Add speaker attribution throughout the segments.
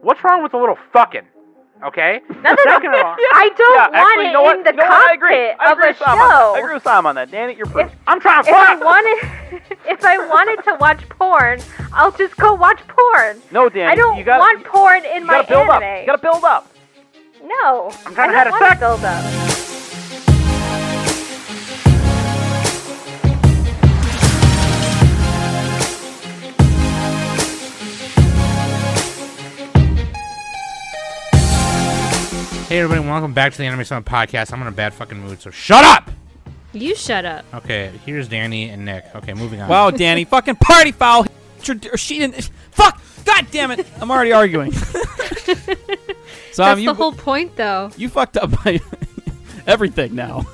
Speaker 1: What's wrong with a little fucking? Okay.
Speaker 2: Nothing-
Speaker 1: Second of all,
Speaker 2: I don't
Speaker 3: yeah,
Speaker 2: want
Speaker 3: actually,
Speaker 2: it
Speaker 3: you know what?
Speaker 2: in the
Speaker 3: you know what? I agree.
Speaker 2: cockpit
Speaker 3: I agree
Speaker 2: of
Speaker 3: with
Speaker 2: a
Speaker 3: Sam on that. I
Speaker 2: show.
Speaker 3: agree with Sam on that. Dan, it, you're pretty.
Speaker 1: I'm trying to
Speaker 2: If I
Speaker 1: fuck.
Speaker 2: wanted, if I wanted to watch porn, I'll just go watch porn.
Speaker 3: No, Dan,
Speaker 2: I don't
Speaker 3: you gotta,
Speaker 2: want porn in
Speaker 3: you
Speaker 2: my
Speaker 3: gotta build up. You
Speaker 2: anime.
Speaker 3: gotta build up.
Speaker 2: No, I'm
Speaker 1: trying to
Speaker 2: I
Speaker 1: have a
Speaker 2: don't want
Speaker 1: sex.
Speaker 2: build up.
Speaker 4: Hey everybody, welcome back to the Anime Song Podcast. I'm in a bad fucking mood, so shut up.
Speaker 5: You shut up.
Speaker 4: Okay, here's Danny and Nick. Okay, moving on.
Speaker 6: Wow, Danny, fucking party foul. Or she didn't. Fuck. God damn it. I'm already arguing. so
Speaker 5: That's
Speaker 6: um,
Speaker 5: the
Speaker 6: you
Speaker 5: whole point, though.
Speaker 6: you fucked up my everything now.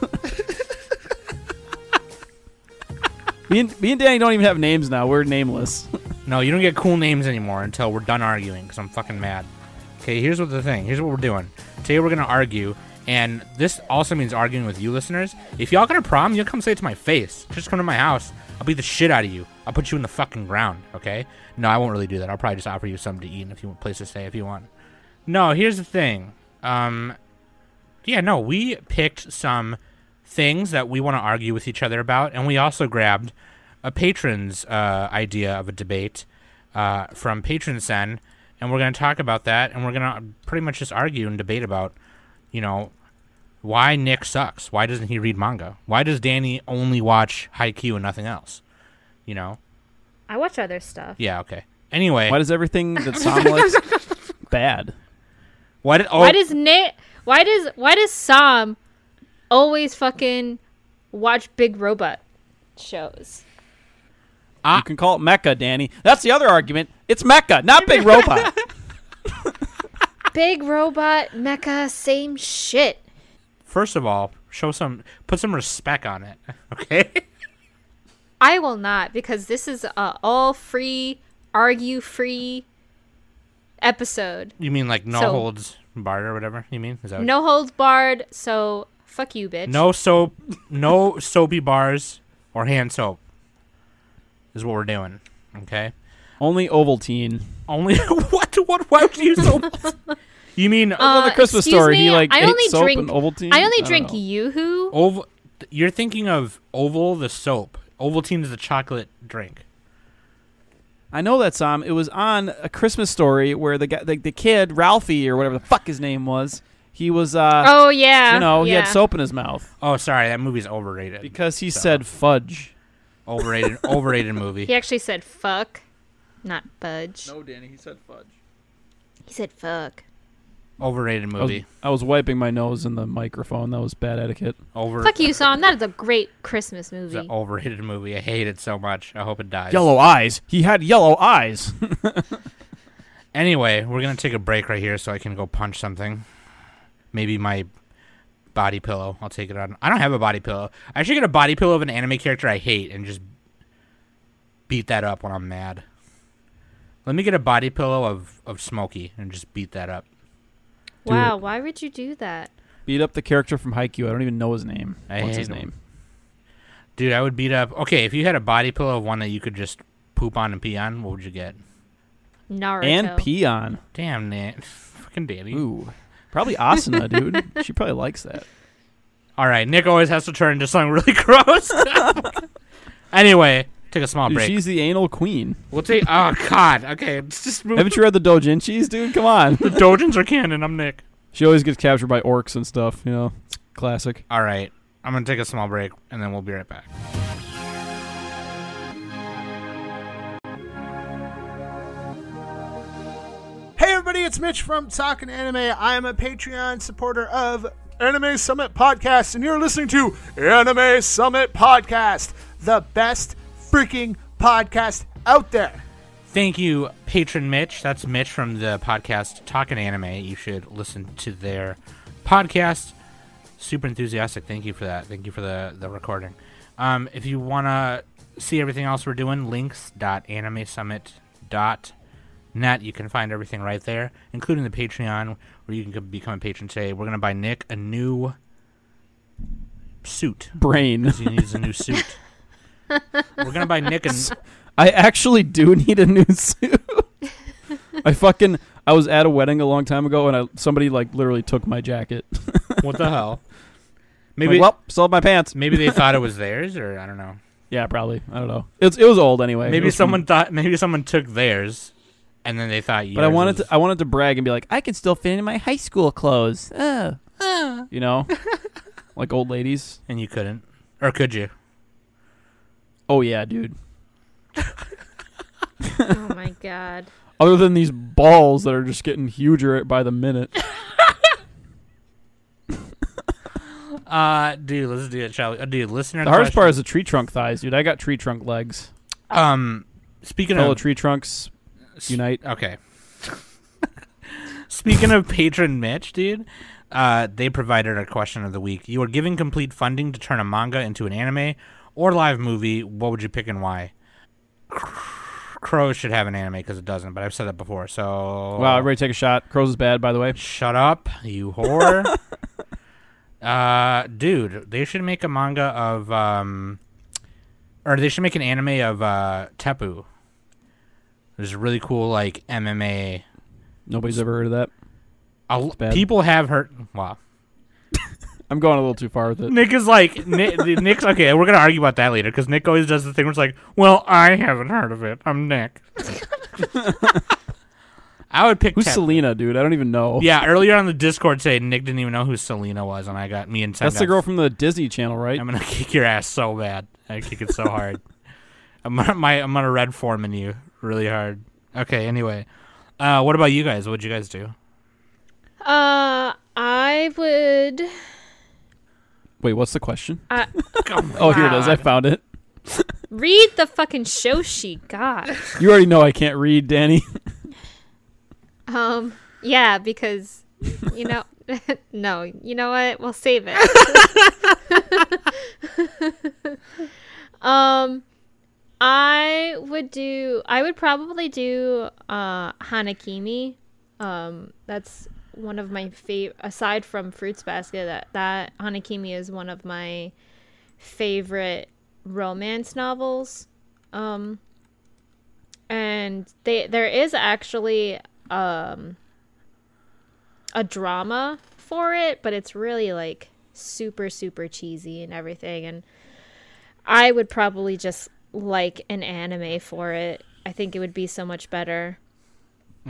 Speaker 6: me and me and Danny don't even have names now. We're nameless.
Speaker 4: no, you don't get cool names anymore until we're done arguing because I'm fucking mad. Okay, here's what the thing. Here's what we're doing. Today we're gonna argue, and this also means arguing with you listeners. If y'all got a problem, you'll come say it to my face. Just come to my house. I'll beat the shit out of you. I'll put you in the fucking ground. Okay? No, I won't really do that. I'll probably just offer you something to eat and if you want place to stay if you want. No, here's the thing. Um, yeah, no, we picked some things that we want to argue with each other about, and we also grabbed a patron's uh, idea of a debate uh, from Patron Sen, and we're going to talk about that, and we're going to pretty much just argue and debate about, you know, why Nick sucks. Why doesn't he read manga? Why does Danny only watch Haikyuu and nothing else? You know?
Speaker 5: I watch other stuff.
Speaker 4: Yeah, okay. Anyway,
Speaker 6: Why does everything that Sam likes bad?
Speaker 4: why, did, oh,
Speaker 5: Why does Nate? Why does why does Sam always fucking watch big robot shows?
Speaker 6: You can call it Mecca, Danny. That's the other argument. It's Mecca, not Big Robot.
Speaker 5: Big robot, mecha, same shit.
Speaker 4: first of all, show some, put some respect on it, okay?
Speaker 5: I will not because this is a all free, argue free episode.
Speaker 4: You mean like no
Speaker 5: So-
Speaker 4: holds barred or whatever? You mean is that what-
Speaker 5: No holds barred. So fuck you, bitch.
Speaker 4: no soap, no soapy bars or hand soap is what we're doing. Okay,
Speaker 6: Only Ovaltine.
Speaker 4: only what? What? Why would you use soap? you mean
Speaker 5: Uh,
Speaker 6: the Christmas
Speaker 5: excuse
Speaker 6: story,
Speaker 5: me,
Speaker 6: he, like,
Speaker 5: I
Speaker 6: ate
Speaker 5: only
Speaker 6: soap
Speaker 5: drink.
Speaker 6: and Ovaltine?
Speaker 5: I only
Speaker 6: I don't
Speaker 5: drink
Speaker 6: know. Oh,
Speaker 5: YooHoo.
Speaker 4: oval? You're thinking of Oval the soap. Ovaltine is the chocolate drink.
Speaker 6: I know that Sam. It was on a Christmas story where the guy, the, the kid Ralphie or whatever the fuck his name was, he was, uh,
Speaker 5: Oh yeah.
Speaker 6: you know, he
Speaker 5: yeah.
Speaker 6: had soap in his mouth
Speaker 4: Oh, sorry, that movie's overrated.
Speaker 6: because he
Speaker 4: So,
Speaker 6: said fudge.
Speaker 4: overrated, overrated movie.
Speaker 5: He actually said fuck, not budge.
Speaker 6: Danny, he said fudge.
Speaker 5: He said fuck.
Speaker 4: Overrated
Speaker 6: I was,
Speaker 4: movie.
Speaker 6: I was wiping my nose in the microphone. That was bad etiquette.
Speaker 4: Over.
Speaker 5: Fuck you, Sam. That is a great Christmas
Speaker 4: It's
Speaker 5: movie.
Speaker 4: an overrated movie. I hate it so much. I hope it dies.
Speaker 6: Yellow eyes. He had yellow eyes.
Speaker 4: Anyway, we're gonna take a break right here so I can go punch something. Maybe my body pillow. I'll take it on. I don't have a body pillow. I should get a body pillow of an anime character I hate and just beat that up when I'm mad. Let me get a body pillow of of Smokey and just beat that up.
Speaker 5: wow, why would you do that?
Speaker 6: Beat up the character from Haikyuu. I don't even know his name.
Speaker 4: I
Speaker 6: What's
Speaker 4: hate
Speaker 6: his
Speaker 4: him.
Speaker 6: name?
Speaker 4: Dude, I would beat up. Okay, if you had a body pillow of one that you could just poop on and pee on, what would you get?
Speaker 5: Naruto.
Speaker 6: And Peon.
Speaker 4: Damn, Nate. Fucking Danny.
Speaker 6: Ooh. Probably Asuna, dude. She probably likes that.
Speaker 4: All right, Nick always has to turn into something really gross. anyway, take a small
Speaker 6: Dude,
Speaker 4: break.
Speaker 6: she's the anal queen.
Speaker 4: We'll take. Oh God. Okay. Let's just move.
Speaker 6: Haven't you read the Dojinshis, dude? Come on.
Speaker 4: the Dojins are canon. I'm Nick.
Speaker 6: She always gets captured by orcs and stuff, you know. It's classic.
Speaker 4: All right. I'm gonna take a small break and then we'll be right back.
Speaker 7: Hey everybody, it's Mitch from Talkin' Anime. I am a Patreon supporter of Anime Summit Podcast, and you're listening to Anime Summit Podcast, the best freaking podcast out there.
Speaker 4: Thank you, patron Mitch. That's Mitch from the podcast Talking Anime. You should listen to their podcast. Super enthusiastic. Thank you for that. Thank you for the the recording. Um, if you wanna see everything else we're doing, links.animesummit.com net. You can find everything right there, including the Patreon, where you can co- become a patron today. We're gonna buy Nick a new suit.
Speaker 6: Brain.
Speaker 4: 'cause He needs a new suit. We're gonna buy Nick and
Speaker 6: I actually do need a new suit. I fucking I was at a wedding a long time ago, and I, somebody like literally took my jacket.
Speaker 4: What the hell?
Speaker 6: Maybe
Speaker 4: Maybe
Speaker 6: well, sold my pants.
Speaker 4: maybe they thought it was theirs, or I don't know.
Speaker 6: Yeah, probably. I don't know. It's it was old anyway. It
Speaker 4: Maybe
Speaker 6: was from-
Speaker 4: someone thought maybe someone took theirs, and then they thought you.
Speaker 6: but I wanted to I wanted to brag and be like, I can still fit in my high school clothes. Oh. You know, like old ladies.
Speaker 4: and you couldn't, or could you?
Speaker 6: Oh yeah, dude.
Speaker 5: Oh my god.
Speaker 6: Other than these balls that are just getting huger by the minute.
Speaker 4: Uh, dude, let's do it, shall we? Uh, dude, listener.
Speaker 6: The hardest part
Speaker 4: question.
Speaker 6: is the tree trunk thighs, dude. I got tree trunk legs.
Speaker 4: um, speaking
Speaker 6: Fellow
Speaker 4: of
Speaker 6: tree trunks unite.
Speaker 4: Okay. Speaking of patron Mitch, dude, uh, they provided our question of the week. You are giving complete funding to turn a manga into an anime or live movie. What would you pick and why? Crow should have an anime because it doesn't, but I've said that before. So
Speaker 6: Wow, everybody take a shot. Crows is bad, by the way.
Speaker 4: shut up, you whore. uh, dude, they should make a manga of um, or they should make an anime of uh Tepu. There's a really cool like MMA
Speaker 6: Nobody's ever heard of that.
Speaker 4: A l-
Speaker 6: bad.
Speaker 4: people have heard. Wow.
Speaker 6: I'm going a little too far with it.
Speaker 4: Nick is like Nick, Nick's okay. We're gonna argue about that later because Nick always does the thing where it's like, "Well, I haven't heard of it. I'm Nick." I would pick.
Speaker 6: Who's
Speaker 4: Ted-
Speaker 6: Selena, dude? I don't even know.
Speaker 4: Yeah, earlier on the Discord today, Nick didn't even know who Selena was, and I got me and Ted
Speaker 6: That's the
Speaker 4: got-
Speaker 6: girl from the Disney Channel, right?
Speaker 4: I'm gonna kick your ass so bad. I kick it so hard. I'm gonna, my, I'm gonna red foreman you really hard. Okay. Anyway, uh, what about you guys? What'd you guys do?
Speaker 5: Uh, I would.
Speaker 6: Wait, what's the question?
Speaker 5: Uh,
Speaker 6: Oh, here it is. I found it.
Speaker 5: read the fucking show sheet. God.
Speaker 6: You already know I can't read, Danny.
Speaker 5: Um. Yeah, because you know. no, you know what? We'll save it. um, I would do. I would probably do uh Hanakimi. Um, that's one of my favorite. Aside from Fruits Basket, that that Hanakimi is one of my favorite romance novels. Um, and they there is actually um a drama for it but it's really like super super cheesy and everything and i would probably just like an anime for it i think it would be so much better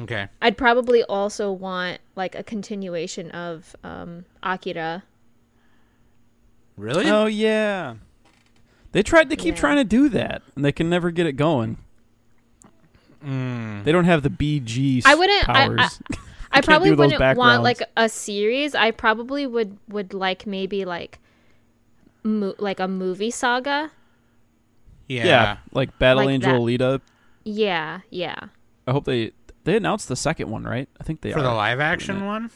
Speaker 4: Okay.
Speaker 5: i'd probably also want like a continuation of um akira
Speaker 4: Really?
Speaker 6: oh yeah. They tried. They keep
Speaker 5: Yeah.
Speaker 6: trying to do that, and they can never get it going.
Speaker 4: Mm.
Speaker 6: They don't have the BG.
Speaker 5: I wouldn't- I- I-
Speaker 6: Powers.
Speaker 5: I
Speaker 6: can't
Speaker 5: probably
Speaker 6: do those
Speaker 5: wouldn't want
Speaker 6: backgrounds.
Speaker 5: like a series. I probably would would like maybe like mo- like a movie saga.
Speaker 4: Yeah.
Speaker 6: yeah. like Battle
Speaker 5: Like
Speaker 6: Angel
Speaker 5: that.
Speaker 6: Alita.
Speaker 5: Yeah, yeah.
Speaker 6: I hope they they announced the second one, right? I think they
Speaker 4: For
Speaker 6: are.
Speaker 4: the live action one.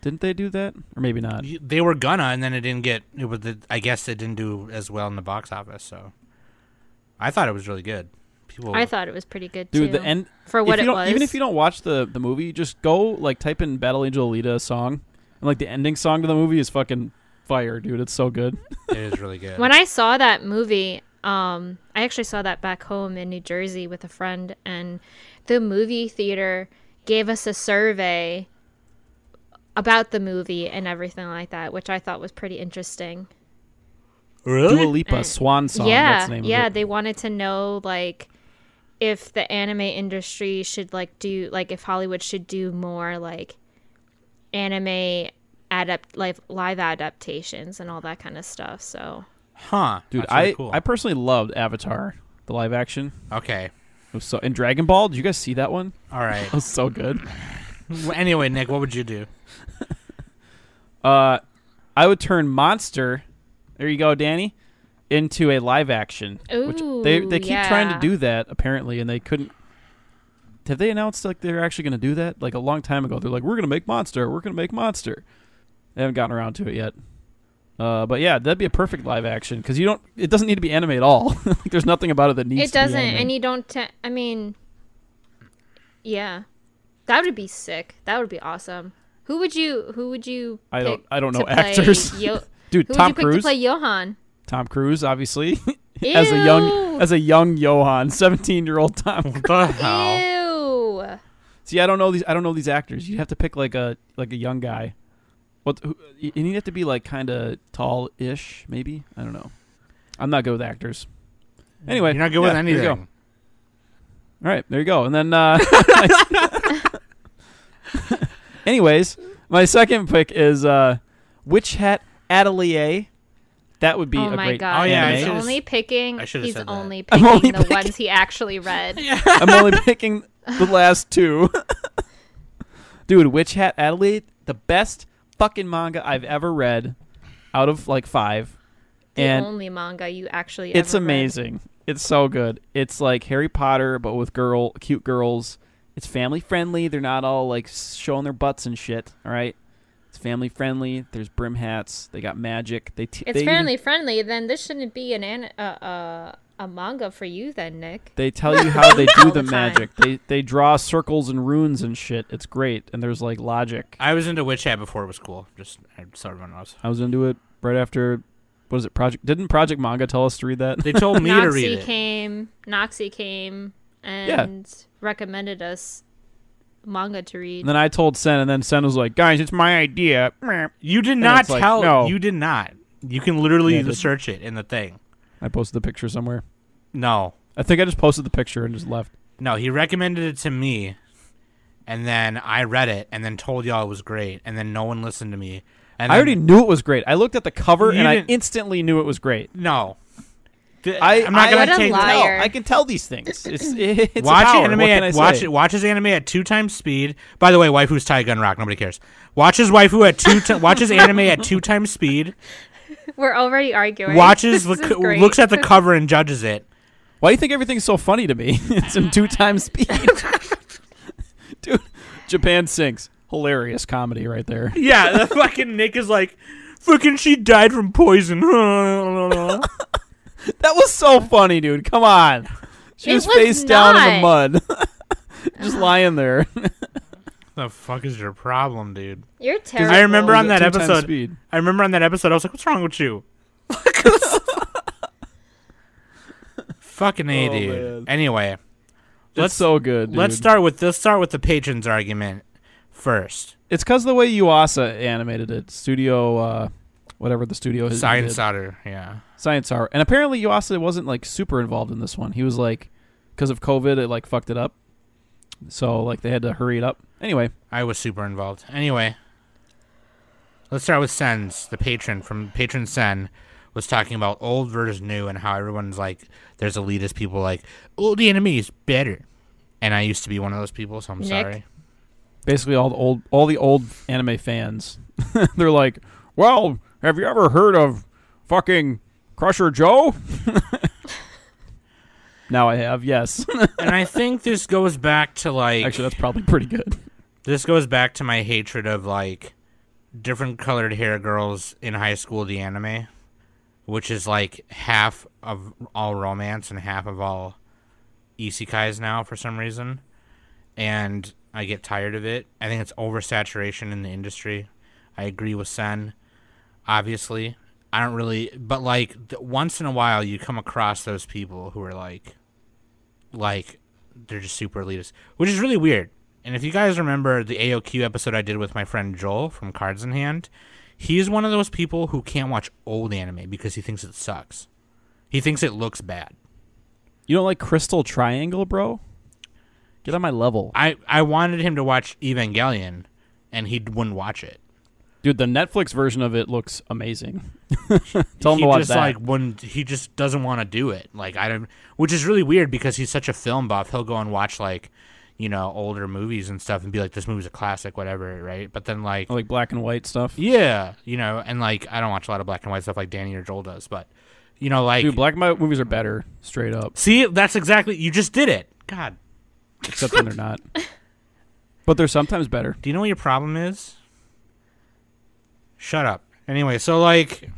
Speaker 6: Didn't they do that, or maybe not?
Speaker 4: Y- they were gonna, and then it didn't get. It was. The, I guess it didn't do as well in the box office. So, I thought it was really good. People,
Speaker 5: I thought it was pretty good
Speaker 6: Oh. Dude,
Speaker 5: too.
Speaker 6: the end.
Speaker 5: for what it
Speaker 6: if you don't-
Speaker 5: was.
Speaker 6: Even if you don't watch the the movie, just go like type in Battle Angel Alita song, and like the ending song to the movie is fucking fire, dude. It's so good.
Speaker 4: it is really good.
Speaker 5: when I saw that movie, um, I actually saw that back home in New Jersey with a friend, and the movie theater gave us a survey about the movie and everything like that, which I thought was pretty interesting.
Speaker 6: Dua
Speaker 4: really?
Speaker 6: Lipa Swan Song.
Speaker 5: yeah,
Speaker 6: that's the name
Speaker 5: yeah.
Speaker 6: Of it.
Speaker 5: They wanted to know like if the anime industry should like do like if Hollywood should do more like anime adapt live live adaptations and all that kind of stuff. So
Speaker 4: Huh,
Speaker 6: Dude,
Speaker 4: That's really
Speaker 6: I
Speaker 4: cool.
Speaker 6: I personally loved Avatar, the live action.
Speaker 4: okay.
Speaker 6: It was so and Dragon Ball. Did you guys see that one?
Speaker 4: All right.
Speaker 6: It was so good.
Speaker 4: Well, anyway, Nick, what would you do?
Speaker 6: Uh, I would turn Monster. There you go, Danny. Into a live action. they
Speaker 5: Ooh,
Speaker 6: they keep trying to
Speaker 5: yeah.
Speaker 6: do that apparently, and they couldn't. Have they announced like they're actually going to do that? Like a long time ago, they're like, "We're going to make Monster. We're going to make Monster." They haven't gotten around to it yet. Uh, but yeah, that'd be a perfect live action because you don't. It doesn't need to be anime at all. like, there's nothing about it that needs.
Speaker 5: it doesn't,
Speaker 6: To be anime.
Speaker 5: and you don't. Te- I mean, yeah, that would be sick. That would be awesome. Who would you? Who would you?
Speaker 6: I don't.
Speaker 5: pick
Speaker 6: I don't
Speaker 5: to
Speaker 6: know
Speaker 5: play
Speaker 6: actors.
Speaker 5: Yo-
Speaker 6: Dude,
Speaker 5: who
Speaker 6: Tom
Speaker 5: would you pick to
Speaker 6: Cruise.
Speaker 5: play Johan?
Speaker 6: Tom Cruise, obviously, as a young
Speaker 5: Ew.
Speaker 6: as a young Johan, seventeen year old Tom. Cruise.
Speaker 4: What the hell?
Speaker 5: Ew.
Speaker 6: See, I don't know these. I don't know these actors. You'd have to pick like a like a young guy. What? Who, and he'd have to be like kind of tall-ish, maybe. I don't know. I'm not good with actors. Anyway,
Speaker 4: You're not good
Speaker 6: yeah,
Speaker 4: with
Speaker 6: there you
Speaker 4: anything.
Speaker 6: go. All right, there you go. And then, uh, anyways, my second pick is uh, Witch Hat Atelier. That would be
Speaker 5: oh
Speaker 6: a
Speaker 5: my
Speaker 6: great.
Speaker 5: god!
Speaker 4: Oh, yeah, I
Speaker 5: he's
Speaker 4: should've
Speaker 5: only
Speaker 4: s-
Speaker 5: picking.
Speaker 4: I should've
Speaker 5: He's
Speaker 4: said that.
Speaker 5: only
Speaker 6: I'm
Speaker 5: picking
Speaker 6: only
Speaker 5: the
Speaker 6: picking-
Speaker 5: ones he actually read.
Speaker 6: I'm only picking the last two. Dude, Witch Hat Adelaide, the best fucking manga I've ever read out of like five.
Speaker 5: The
Speaker 6: and
Speaker 5: only manga you actually.
Speaker 6: it's
Speaker 5: ever read.
Speaker 6: amazing. It's so good. It's like Harry Potter, but with girl cute girls. It's family friendly. They're not all like showing their butts and shit. All right. It's family friendly. There's brim hats. They got magic. They t-
Speaker 5: It's
Speaker 6: they even-
Speaker 5: family friendly. Then this shouldn't be an, an uh, uh, a manga for you, then Nick.
Speaker 6: They tell you how they do
Speaker 5: All
Speaker 6: the
Speaker 5: the time.
Speaker 6: magic. They they draw circles and runes and shit. It's great. And there's like logic.
Speaker 4: I was into Witch Hat before it was cool. Just I so everyone knows.
Speaker 6: I was into it right after. What is it? Project? Didn't Project Manga tell us to read that?
Speaker 4: They told me to read
Speaker 5: Noxie
Speaker 4: it.
Speaker 5: came. Noxie came and recommended us manga to read.
Speaker 6: and then I told Sen, and then Sen was like, "Guys, it's my idea." I
Speaker 4: You did not
Speaker 6: it's like,
Speaker 4: tell.
Speaker 6: no.
Speaker 4: You did not. You can literally
Speaker 6: Yeah, but-
Speaker 4: search it in the thing.
Speaker 6: posted the picture somewhere.
Speaker 4: No,
Speaker 6: I think I just posted the picture and just left.
Speaker 4: no. He recommended it to me, and then I read it, and then told y'all it was great, and then no one listened to me. And
Speaker 6: I
Speaker 4: then-
Speaker 6: already knew it was great. I looked at the cover
Speaker 4: You
Speaker 6: and I
Speaker 4: didn't-
Speaker 6: instantly knew it was great.
Speaker 4: no. Th-
Speaker 6: I,
Speaker 4: I'm not
Speaker 6: I,
Speaker 4: gonna
Speaker 5: What a
Speaker 4: take.
Speaker 5: liar. Liar.
Speaker 6: I can tell these things. It's, it's a
Speaker 4: watch
Speaker 6: power.
Speaker 4: anime
Speaker 6: What can I
Speaker 4: at watch
Speaker 6: say?
Speaker 4: it watch his anime at two times speed. By the way, waifu's tie gun rock. Nobody cares. Watch his waifu at two. T- watch his anime at two times speed.
Speaker 5: We're already arguing.
Speaker 4: Watches
Speaker 5: This
Speaker 4: the
Speaker 5: is
Speaker 4: co-
Speaker 5: great.
Speaker 4: looks at the cover and judges it.
Speaker 6: Why do you think everything's so funny to me? it's in two times speed. Dude, Japan sinks. Hilarious comedy right there.
Speaker 4: Yeah, the fucking Nick is like, fucking she died from poison. Why
Speaker 6: That was so funny, dude. Come on. She
Speaker 5: It
Speaker 6: was,
Speaker 5: was
Speaker 6: face down in the mud. Just lying there.
Speaker 4: the fuck is your problem, dude?
Speaker 5: You're terrible.
Speaker 4: I remember on
Speaker 6: At
Speaker 4: that
Speaker 6: two times
Speaker 4: episode.
Speaker 6: speed.
Speaker 4: I remember on that episode. I was like, what's wrong with you? fucking a
Speaker 6: Oh,
Speaker 4: dude.
Speaker 6: man.
Speaker 4: Anyway,
Speaker 6: That's so good.
Speaker 4: let's
Speaker 6: dude.
Speaker 4: start with let's start with the patrons argument first.
Speaker 6: It's because the way Yuasa animated it, Studio, uh, whatever the studio is,
Speaker 4: Science Otter, yeah.
Speaker 6: Science Hour, and apparently Yuasa wasn't like super involved in this one. He was like, because of COVID, it like fucked it up, so like they had to hurry it up. Anyway,
Speaker 4: I was super involved. Anyway, let's start with Sen's. The patron from Patron Sen was talking about old versus new and how everyone's like, there's elitist people like, old anime is better. And I used to be one of those people, so I'm
Speaker 5: Nick?
Speaker 4: sorry.
Speaker 6: basically all the old all the old anime fans they're like well have you ever heard of fucking crusher joe now i have yes
Speaker 4: and I think this goes back to like
Speaker 6: actually that's probably pretty good
Speaker 4: this goes back to my hatred of like different colored hair girls in high school the anime which is like half of all romance and half of all isekais now for some reason and i get tired of it i think it's oversaturation in the industry i agree with sen obviously i don't really but like th- once in a while you come across those people who are like like they're just super elitist, which is really weird. And if you guys remember the AOQ episode I did with my friend Joel from Cards in Hand, he's one of those people who can't watch old anime because he thinks it sucks. He thinks it looks bad.
Speaker 6: you don't like crystal triangle bro get on my level
Speaker 4: I, I wanted him to watch Evangelion, and he wouldn't watch it.
Speaker 6: dude the netflix version of it looks amazing tell him
Speaker 4: he
Speaker 6: to watch
Speaker 4: just
Speaker 6: that
Speaker 4: like wouldn't. He just doesn't want to do it. Like I don't, which is really weird because he's such a film buff. He'll go and watch like, you know, older movies and stuff, and be like, "This movie's a classic," whatever, right? But then like,
Speaker 6: like black and white stuff
Speaker 4: Yeah, you know, and like I don't watch a lot of black and white stuff like Danny or Joel does, but you know, like
Speaker 6: dude black and white movies are better straight up
Speaker 4: see, that's exactly you just did it. God,
Speaker 6: except when they're not but they're sometimes better
Speaker 4: do you know what your problem is? Shut up. Anyway, so like,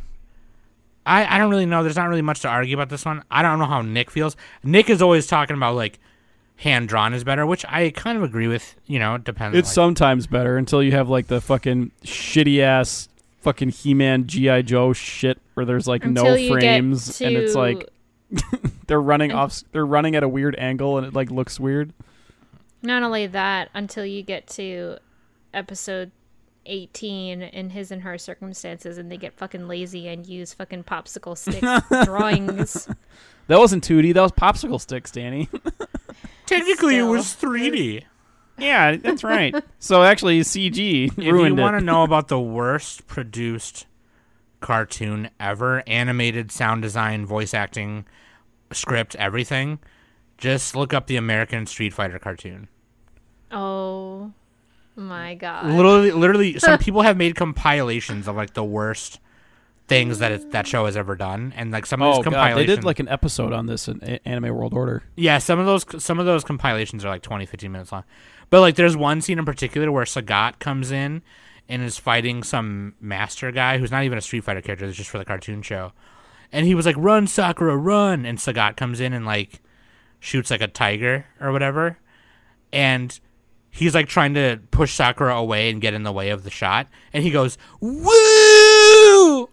Speaker 4: I I don't really know. There's not really much to argue about this one. I don't know how Nick feels. Nick is always talking about like hand drawn is better, which I kind of agree with. You know, it depends.
Speaker 6: It's
Speaker 4: like-
Speaker 6: sometimes better until you have like the fucking shitty ass fucking He-Man GI Joe shit where there's like
Speaker 5: Until
Speaker 6: no
Speaker 5: you get
Speaker 6: frames and it's
Speaker 5: to-
Speaker 6: like they're running off they're running at a weird angle and it like looks weird.
Speaker 5: Not only that, until you get to episode 18 in his and her circumstances and they get fucking lazy and use fucking popsicle stick drawings.
Speaker 6: That wasn't 2D. That was popsicle sticks, Danny.
Speaker 4: Technically,
Speaker 5: Still.
Speaker 4: it was 3D.
Speaker 6: yeah, that's right. so actually, CG
Speaker 4: If
Speaker 6: ruined
Speaker 4: you want
Speaker 6: it.
Speaker 4: to know about the worst produced cartoon ever, animated, sound design, voice acting, script, everything, just look up the American Street Fighter cartoon.
Speaker 5: Oh my god.
Speaker 4: Literally, literally, some people have made compilations of like the worst things that it, that show has ever done, and like some of
Speaker 6: oh
Speaker 4: these
Speaker 6: god, they
Speaker 4: compilations.
Speaker 6: did like an episode on this in A- Anime World Order.
Speaker 4: Yeah, some of those some of those compilations are like 20, 15 minutes long. But like there's one scene in particular where Sagat comes in and is fighting some master guy who's not even a Street Fighter character, it's just for the cartoon show. And he was like, Run, Sakura, run and Sagat comes in and like shoots like a tiger or whatever. And he's like trying to push Sakura away and get in the way of the shot. And he goes, Woo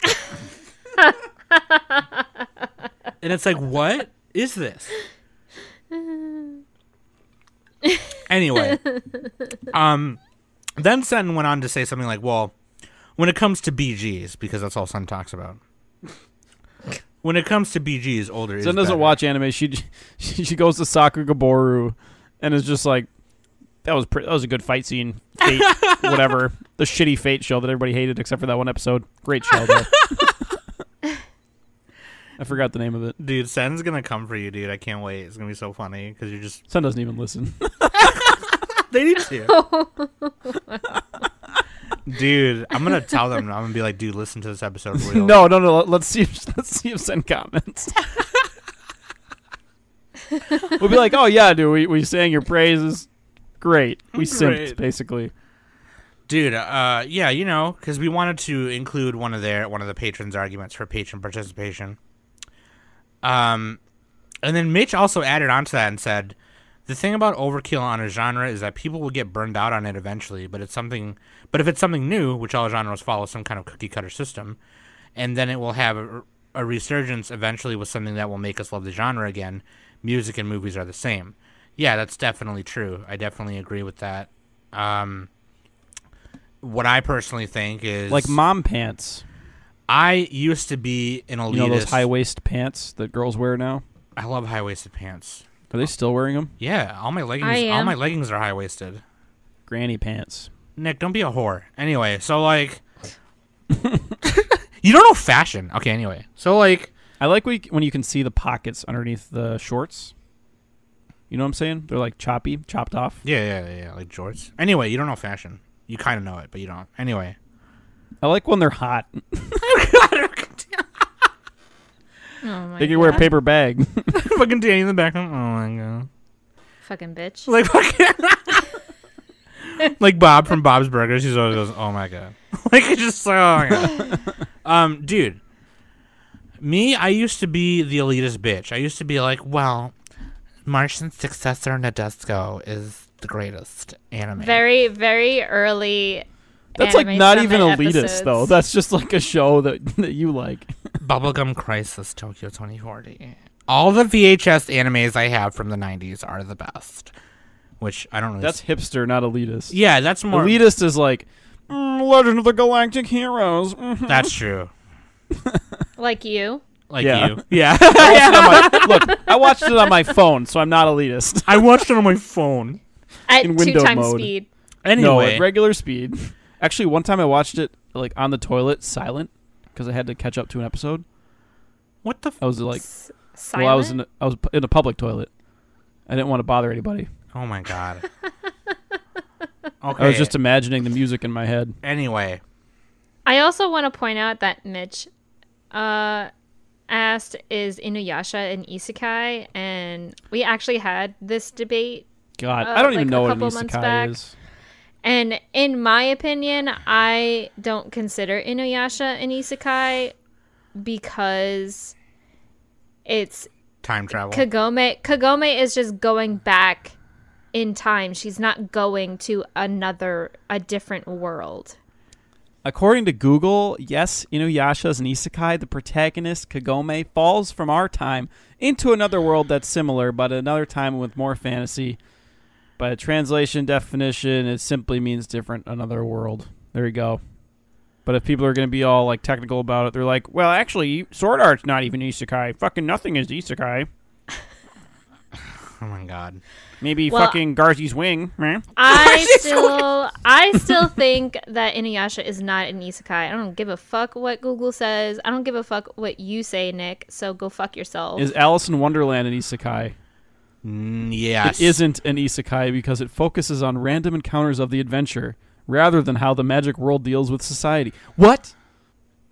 Speaker 4: And it's like, What is this? Anyway, um, then Sen went on to say something like, "Well, when it comes to BGs, because that's all Sen talks about. When it comes to BGs, older is
Speaker 6: Zen doesn't
Speaker 4: better.
Speaker 6: watch anime. She, she she goes to Sakagaboru, and is just like, that was pre- that was a good fight scene. Fate, whatever the shitty Fate show that everybody hated except for that one episode. Great show though. I forgot the name of it.
Speaker 4: Dude, Sen's gonna come for you, dude. I can't wait. It's gonna be so funny because you're just
Speaker 6: Son doesn't even listen.
Speaker 4: they need to. dude, I'm gonna tell them. I'm gonna be like, dude, listen to this episode. Real.
Speaker 6: no, no, no. let- Let's see. If, let's see if Zen comments. we'll be like, oh yeah, dude. We we sang your praises. Great. We
Speaker 4: Great.
Speaker 6: simped basically.
Speaker 4: dude. Uh, yeah, you know, because we wanted to include one of their one of the patrons' arguments for patron participation. Um, and then Mitch also added onto that and said, "The thing about overkill on a genre is that people will get burned out on it eventually. But it's something. But if it's something new, which all genres follow some kind of cookie cutter system, and then it will have a, a resurgence eventually with something that will make us love the genre again. Music and movies are the same. Yeah, that's definitely true. I definitely agree with that. Um, what I personally think is
Speaker 6: Like mom pants.
Speaker 4: I used to be an elitist.
Speaker 6: You know those high waist pants that girls wear now?
Speaker 4: I love high waisted pants.
Speaker 6: Are they still wearing them?
Speaker 4: Yeah, all my
Speaker 5: I
Speaker 4: leggings, all
Speaker 5: am.
Speaker 4: my leggings are high waisted.
Speaker 6: Granny pants.
Speaker 4: Nick, don't be a whore. Anyway, so like, you don't know fashion. Okay, anyway, so like,
Speaker 6: I like we, when you can see the pockets underneath the shorts. You know what I'm saying? They're like choppy, chopped off.
Speaker 4: yeah, yeah, yeah, yeah, like jorts. Anyway, you don't know fashion. You kind of know it, but you don't. Anyway,
Speaker 6: I like when they're hot.
Speaker 5: oh my
Speaker 6: They can wear a
Speaker 5: God.
Speaker 6: paper bag.
Speaker 4: fucking Danny in the background. Oh my god.
Speaker 5: Fucking bitch.
Speaker 4: like fucking- like Bob from Bob's Burgers. He's always goes, "Oh my god!" like it's just like, "Oh my god." um, dude, me, I used to be the elitist bitch. I used to be like, "Well, Martian's successor Nadesco is the greatest anime."
Speaker 5: Very, very early.
Speaker 6: That's like
Speaker 5: Anime
Speaker 6: not even
Speaker 5: Summit
Speaker 6: elitist though.
Speaker 5: episodes.
Speaker 6: That's just like a show that, that you like.
Speaker 4: Bubblegum Crisis Tokyo 2040. All the VHS animes I have from the '90s are the best. Which I don't really.
Speaker 6: That's hipster, not elitist.
Speaker 4: yeah, that's more.
Speaker 6: Elitist is like "Mm, Legend of the Galactic Heroes. mhm."
Speaker 4: that's true.
Speaker 5: Like you.
Speaker 4: Like
Speaker 6: Yeah.
Speaker 4: you. Yeah.
Speaker 6: I'm like, Look, I watched it on my phone, so I'm not elitist.
Speaker 4: I watched it on my phone.
Speaker 5: At
Speaker 6: In
Speaker 5: two
Speaker 6: window
Speaker 5: times
Speaker 6: mode.
Speaker 5: speed.
Speaker 6: No,
Speaker 4: Anyway,
Speaker 6: at regular speed. Actually, one time I watched it like on the toilet, silent, because I had to catch up to an episode.
Speaker 4: what the? F-
Speaker 6: I was like,
Speaker 5: S-
Speaker 6: well, I was in,
Speaker 5: silent?
Speaker 6: a, I was p- in a public toilet. I didn't want to bother anybody.
Speaker 4: oh my god. okay.
Speaker 6: I was Oh, just imagining the music in my head.
Speaker 4: anyway.
Speaker 5: I also want to point out that Mitch uh, asked, is Inuyasha an isekai? And we actually had this debate
Speaker 6: God,
Speaker 5: Uh,
Speaker 6: I don't
Speaker 5: like
Speaker 6: even
Speaker 5: a
Speaker 6: know what an
Speaker 5: couple months
Speaker 6: isekai
Speaker 5: back.
Speaker 6: is.
Speaker 5: And in my opinion, I don't consider Inuyasha an isekai because it's
Speaker 4: Time travel.
Speaker 5: Kagome. Kagome is just going back in time. She's not going to another, a different world.
Speaker 6: According to Google, yes, Inuyasha is an isekai. The protagonist, Kagome, falls from our time into another world that's similar, but another time with more fantasy. By translation definition, it simply means different, another world. There you go. But if people are going to be all like technical about it, they're like, "Well, actually, Sword Art's not even isekai. Fucking nothing is isekai.
Speaker 4: Oh my god.
Speaker 6: Maybe
Speaker 5: Well-
Speaker 6: fucking Garzy's wing, right?
Speaker 5: I still, I still think that Inuyasha is not an isekai. I don't give a fuck what Google says. I don't give a fuck what you say, Nick. So go fuck yourself.
Speaker 6: Is Alice in Wonderland an isekai?
Speaker 4: Mm, yes.
Speaker 6: It isn't an isekai because it focuses on random encounters of the adventure rather than how the magic world deals with society. What?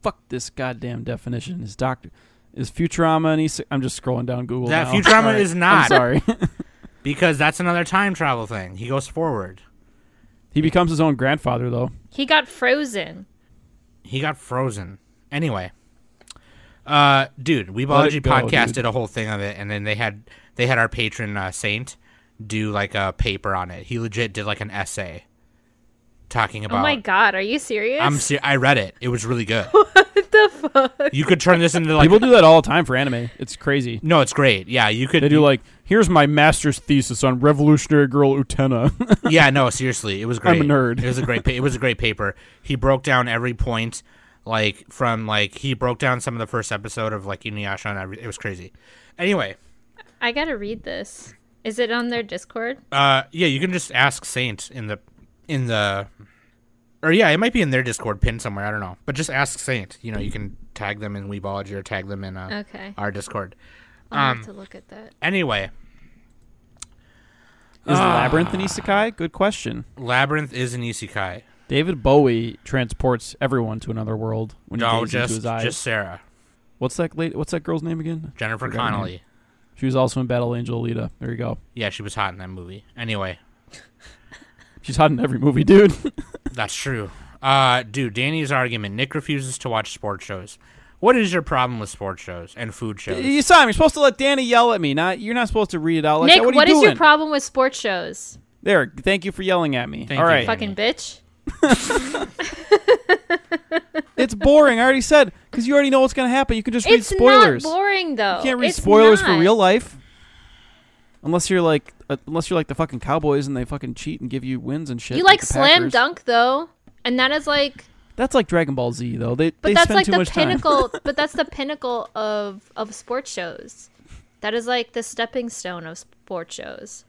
Speaker 6: Fuck this goddamn definition. Is Doctor is Futurama an isekai? I'm just scrolling down Google.
Speaker 4: That
Speaker 6: now.
Speaker 4: Futurama
Speaker 6: Sorry.
Speaker 4: is not.
Speaker 6: I'm sorry.
Speaker 4: because that's another time travel thing. He goes forward.
Speaker 6: he becomes his own grandfather though.
Speaker 5: he got frozen.
Speaker 4: He got frozen. Anyway, uh, dude, Weebology
Speaker 6: it go,
Speaker 4: podcast
Speaker 6: dude.
Speaker 4: did a whole thing of it, and then they had they had our patron uh, Saint do like a paper on it. He legit did like an essay talking about.
Speaker 5: Oh my god, are you serious?
Speaker 4: I'm ser- I read it. It was really good.
Speaker 5: what the fuck?
Speaker 4: you could turn this into like
Speaker 6: People do that all the time for anime. It's crazy.
Speaker 4: no, it's great. Yeah, you could
Speaker 6: They do like, here's my master's thesis on revolutionary girl Utena.
Speaker 4: yeah, no, seriously, it was great.
Speaker 6: I'm a nerd.
Speaker 4: It was a great. Pa- it was a great paper. He broke down every point, like from like he broke down some of the first episode of like Inuyasha and every- it was crazy. Anyway,
Speaker 5: I gotta read this. Is it on their Discord?
Speaker 4: uh, yeah, you can just ask Saint in the in the, or yeah, it might be in their Discord pin somewhere. I don't know, but just ask Saint. You know, you can tag them in Weebology or tag them in uh,
Speaker 5: Okay,
Speaker 6: um,
Speaker 4: our Discord.
Speaker 5: I'll have to look at that.
Speaker 4: Anyway,
Speaker 6: is
Speaker 4: Ah.
Speaker 6: Labyrinth an isekai? Good question.
Speaker 4: Labyrinth is an isekai.
Speaker 6: David Bowie transports everyone to another world when he
Speaker 4: No,
Speaker 6: gazes into
Speaker 4: just
Speaker 6: his eyes.
Speaker 4: just Sarah,
Speaker 6: What's that late? What's that girl's name again?
Speaker 4: Jennifer
Speaker 6: Forgot her name.
Speaker 4: Connolly.
Speaker 6: She was also in Battle Angel Alita. There you go.
Speaker 4: Yeah, she was hot in that movie. Anyway,
Speaker 6: She's hot in every movie, dude.
Speaker 4: That's true. Uh, dude, Danny's argument. Nick refuses to watch sports shows. What is your problem with sports shows and food shows?
Speaker 6: you saw him. You're supposed to let Danny yell at me. Not you're not supposed to read it out like
Speaker 5: Nick,
Speaker 6: that. What,
Speaker 5: what
Speaker 6: are you
Speaker 5: is
Speaker 6: doing?
Speaker 5: your problem with sports shows?
Speaker 6: There. Thank you for yelling at me.
Speaker 4: Thank
Speaker 6: All
Speaker 4: you.
Speaker 6: right.
Speaker 4: Fuck-
Speaker 5: Fucking bitch.
Speaker 6: It's boring. I already said because you already know what's gonna happen. You can just read
Speaker 5: It's
Speaker 6: spoilers.
Speaker 5: not boring though.
Speaker 6: You can't read
Speaker 5: It's
Speaker 6: spoilers for
Speaker 5: not.
Speaker 6: real life. Unless you're like, uh, unless you're like the fucking Cowboys and they fucking cheat and give you wins and shit.
Speaker 5: You like
Speaker 6: the
Speaker 5: slam
Speaker 6: Packers.
Speaker 5: dunk though, and that is like,
Speaker 6: That's like Dragon Ball Z though. They
Speaker 5: but
Speaker 6: they
Speaker 5: that's
Speaker 6: spend
Speaker 5: like
Speaker 6: too
Speaker 5: the
Speaker 6: much time.
Speaker 5: pinnacle. but that's the pinnacle of of sports shows. That is like the stepping stone of sports shows.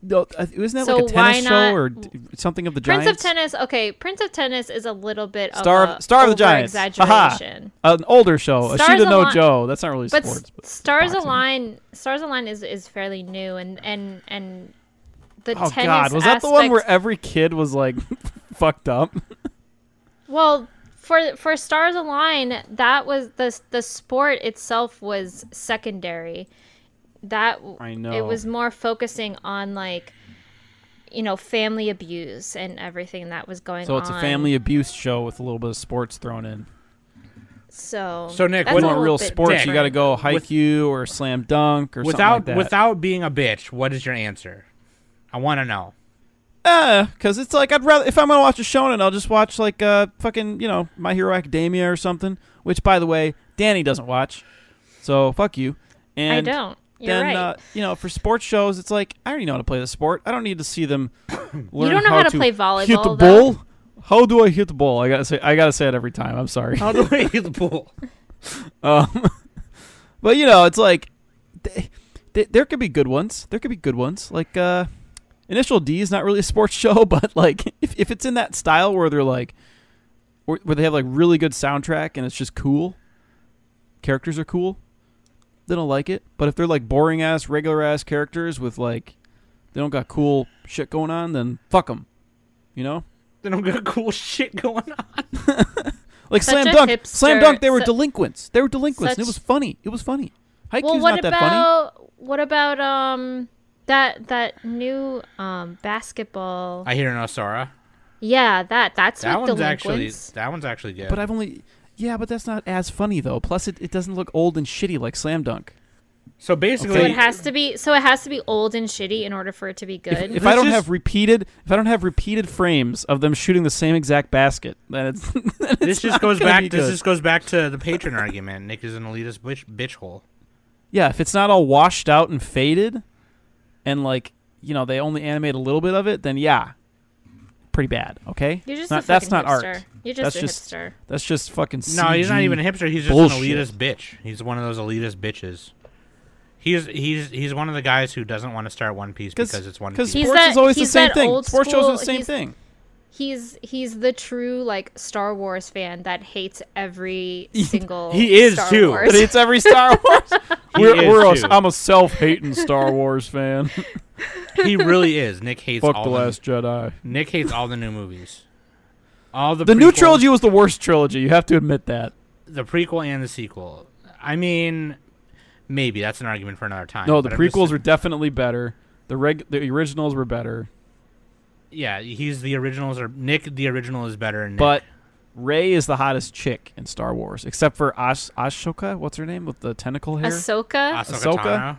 Speaker 6: No, uh, isn't that
Speaker 5: So
Speaker 6: like a
Speaker 5: why
Speaker 6: tennis
Speaker 5: not-
Speaker 6: show or d- something of the
Speaker 5: Prince
Speaker 6: Giants?
Speaker 5: of Tennis. Okay, Prince of Tennis is a little bit
Speaker 6: Star
Speaker 5: of
Speaker 6: of,
Speaker 5: a
Speaker 6: Star of the Giants. Haha.
Speaker 5: Uh, exaggeration.
Speaker 6: An older show.
Speaker 5: Stars
Speaker 6: Ashita no
Speaker 5: Align-
Speaker 6: Joe. That's not really
Speaker 5: But
Speaker 6: sports.
Speaker 5: s-
Speaker 6: But
Speaker 5: Stars
Speaker 6: boxing.
Speaker 5: Align, Stars Align is is fairly new, and and and the
Speaker 6: Oh
Speaker 5: tennis.
Speaker 6: God, was that the one where
Speaker 5: aspect-
Speaker 6: every kid was like fucked up?
Speaker 5: Well, for for Stars Align, that was the the sport itself was secondary. That
Speaker 6: I know.
Speaker 5: it was more focusing on like you know family abuse and everything that was going
Speaker 6: So
Speaker 5: on.
Speaker 6: it's a family abuse show with a little bit of sports thrown in.
Speaker 5: So
Speaker 4: So, Nick,
Speaker 5: that's
Speaker 4: what-
Speaker 5: a
Speaker 6: you want
Speaker 5: little
Speaker 6: real
Speaker 5: bit
Speaker 6: sports? You got to
Speaker 5: different.
Speaker 6: go haiku or slam dunk or
Speaker 4: Without
Speaker 6: something like that.
Speaker 4: without being a bitch, what is your answer? I want to know.
Speaker 6: because Eh, it's like I'd rather if I'm gonna watch a shonen, I'll just watch like uh fucking you know My Hero Academia or something. Which by the way, Danny doesn't watch, so fuck you. And
Speaker 5: I don't. You're
Speaker 6: then
Speaker 5: right.
Speaker 6: uh, you know for sports shows it's like i already know how to play the sport i don't need to see them learn
Speaker 5: don't know how to play volleyball,
Speaker 6: hit the
Speaker 5: though.
Speaker 6: ball how do i hit the ball i gotta say i gotta say it every time i'm sorry
Speaker 4: How do I hit the pool?
Speaker 6: um, but you know it's like they, they, there could be good ones there could be good ones like uh initial d is not really a sports show but like if, if it's in that style where they're like where, where they have like really good soundtrack and it's just cool characters are cool they don't like it but if they're like boring ass regular ass characters with like they don't got cool shit going on then fuck them you know
Speaker 4: Then I'm gonna cool shit going on.
Speaker 6: like
Speaker 5: Such
Speaker 6: slam
Speaker 5: a
Speaker 6: dunk slam
Speaker 5: hipster-
Speaker 6: dunk they were
Speaker 5: su-
Speaker 6: delinquents they were delinquents and
Speaker 5: such-
Speaker 6: it was funny it was funny Haikyuu's
Speaker 5: well,
Speaker 6: not
Speaker 5: what
Speaker 6: that funny.
Speaker 5: about what about um that that new um basketball?
Speaker 4: I hear no Sora.
Speaker 5: yeah, that that's
Speaker 4: That
Speaker 5: with
Speaker 4: one's actually
Speaker 5: delinquents.
Speaker 4: that one's actually good.
Speaker 6: But I've only. Yeah, but that's not as funny though. Plus, it, it doesn't look old and shitty like Slam Dunk.
Speaker 4: so basically,
Speaker 5: So it has to be so it has to be old and shitty in order for it to be good.
Speaker 6: If, if I
Speaker 4: Let's
Speaker 6: don't
Speaker 4: just-
Speaker 6: have repeated, if I don't have repeated frames of them shooting the same exact basket, then it's. then
Speaker 4: this
Speaker 6: it's
Speaker 4: just
Speaker 6: not
Speaker 4: goes
Speaker 6: gonna be
Speaker 4: back. This
Speaker 6: good.
Speaker 4: just goes back to the patron argument. Nick is an elitist bitch, bitch hole.
Speaker 6: Yeah, if it's not all washed out and faded, and like you know they only animate a little bit of it, then yeah, pretty bad. Okay,
Speaker 5: You're just
Speaker 6: Not-
Speaker 5: a
Speaker 6: that's
Speaker 5: fucking
Speaker 6: not
Speaker 5: hipster.
Speaker 6: art.
Speaker 5: You're just
Speaker 6: that's
Speaker 5: a
Speaker 6: just
Speaker 5: hipster.
Speaker 6: that's just fucking.
Speaker 4: No, he's not
Speaker 6: CG.
Speaker 4: even a hipster. He's just an
Speaker 6: bullshit.
Speaker 4: elitist bitch. He's one of those elitist bitches. He's he's he's one of the guys who doesn't want to start One Piece because it's One Piece.
Speaker 6: Because
Speaker 5: He's
Speaker 6: sports
Speaker 5: that-
Speaker 6: is always the
Speaker 5: he's
Speaker 6: same
Speaker 5: that
Speaker 6: thing.
Speaker 5: old
Speaker 6: Sports shows are the
Speaker 5: school-
Speaker 6: same
Speaker 5: he's-
Speaker 6: thing.
Speaker 5: He's he's the true like Star Wars fan that hates every single.
Speaker 4: he is,
Speaker 5: Star
Speaker 4: too.
Speaker 5: Wars.
Speaker 6: But it's every Star Wars.
Speaker 4: He
Speaker 6: we're,
Speaker 4: is,
Speaker 6: we're a,
Speaker 4: too.
Speaker 6: I'm a self-hating Star Wars fan.
Speaker 4: he really is. Nick hates
Speaker 6: Fuck
Speaker 4: all
Speaker 6: the
Speaker 4: the-
Speaker 6: Last Jedi.
Speaker 4: Nick hates all the new movies. All the
Speaker 6: The new
Speaker 4: prequels-
Speaker 6: trilogy was the worst trilogy. You have to admit that.
Speaker 4: the prequel and the sequel. I mean, maybe that's an argument for another time.
Speaker 6: No, the
Speaker 4: but I'm just
Speaker 6: prequels
Speaker 4: saying-
Speaker 6: were definitely better. The reg- the originals were better,
Speaker 4: Yeah, he's the originals or Nick. The original is better. And
Speaker 6: but Ray is the hottest chick in Star Wars, except for Ash- Ashoka. What's her name with the tentacle hair?
Speaker 5: Ahsoka.
Speaker 4: Ahsoka.
Speaker 6: Ahsoka?
Speaker 4: Tano.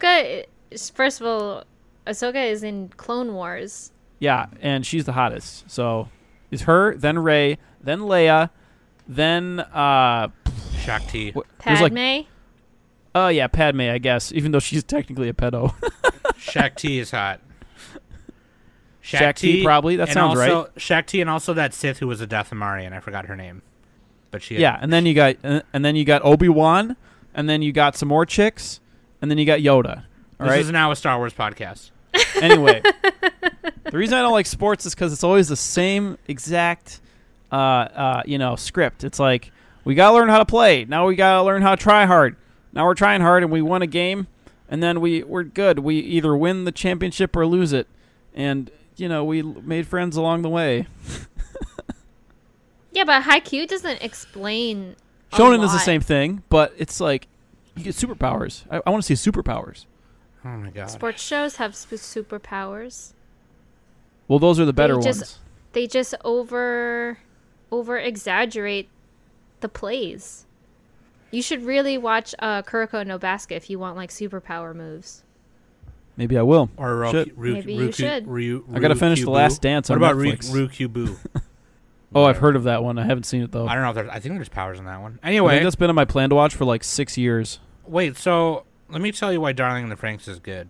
Speaker 5: Ahsoka. i- is- First of all, Ahsoka is in Clone Wars.
Speaker 6: yeah, and she's the hottest. So it's her, then Ray, then Leia, then uh,
Speaker 4: Shakti.
Speaker 6: wh- there's
Speaker 5: Padme.
Speaker 6: like oh yeah, Padme, I guess, even though she's technically a pedo.
Speaker 4: Shakti is hot.
Speaker 6: Shakti, probably. That
Speaker 4: and
Speaker 6: sounds
Speaker 4: also, Shakti and also that Sith who was a Dathomarian. I forgot her name, but she.
Speaker 6: Yeah, and then you got and and then you got Obi Wan, and then you got some more chicks, and then you got Yoda. All
Speaker 4: This
Speaker 6: right.
Speaker 4: is now a Star Wars podcast.
Speaker 6: anyway, the reason I don't like sports is because it's always the same exact, uh, uh, you know, script. It's like we gotta learn how to play. Now we gotta learn how to try hard. Now we're trying hard and we won a game, and then we we're good. We either win the championship or lose it, and you know we l- made friends along the way.
Speaker 5: Yeah, but Haikyuu doesn't explain. a
Speaker 6: Shonen is the
Speaker 5: lot.
Speaker 6: same thing, but it's like you get superpowers. I, I want to see superpowers.
Speaker 4: Oh my god.
Speaker 5: Sports shows have sp- superpowers.
Speaker 6: Well, those are the better
Speaker 5: just-
Speaker 6: ones.
Speaker 5: They just over over exaggerate the plays. You should really watch uh, Kuroko no Basket if you want like superpower moves.
Speaker 6: Maybe I will.
Speaker 4: Or Ro-
Speaker 6: Shit.
Speaker 4: Ru-
Speaker 5: Maybe you
Speaker 4: Ruku-
Speaker 5: should.
Speaker 4: Ru-
Speaker 6: I gotta finish The
Speaker 4: Rukubu.
Speaker 6: Last Dance
Speaker 4: What
Speaker 6: on
Speaker 4: about
Speaker 6: Netflix.
Speaker 4: Ru- Rukubu?
Speaker 6: Oh, I've heard of that one. I eh? haven't seen it though.
Speaker 4: I don't know if there's. I think there's powers in that one.
Speaker 6: I think
Speaker 4: Anyway,
Speaker 6: that's been on my plan to watch for like six years.
Speaker 4: wait. So let me tell you why Darling in the Franks is good.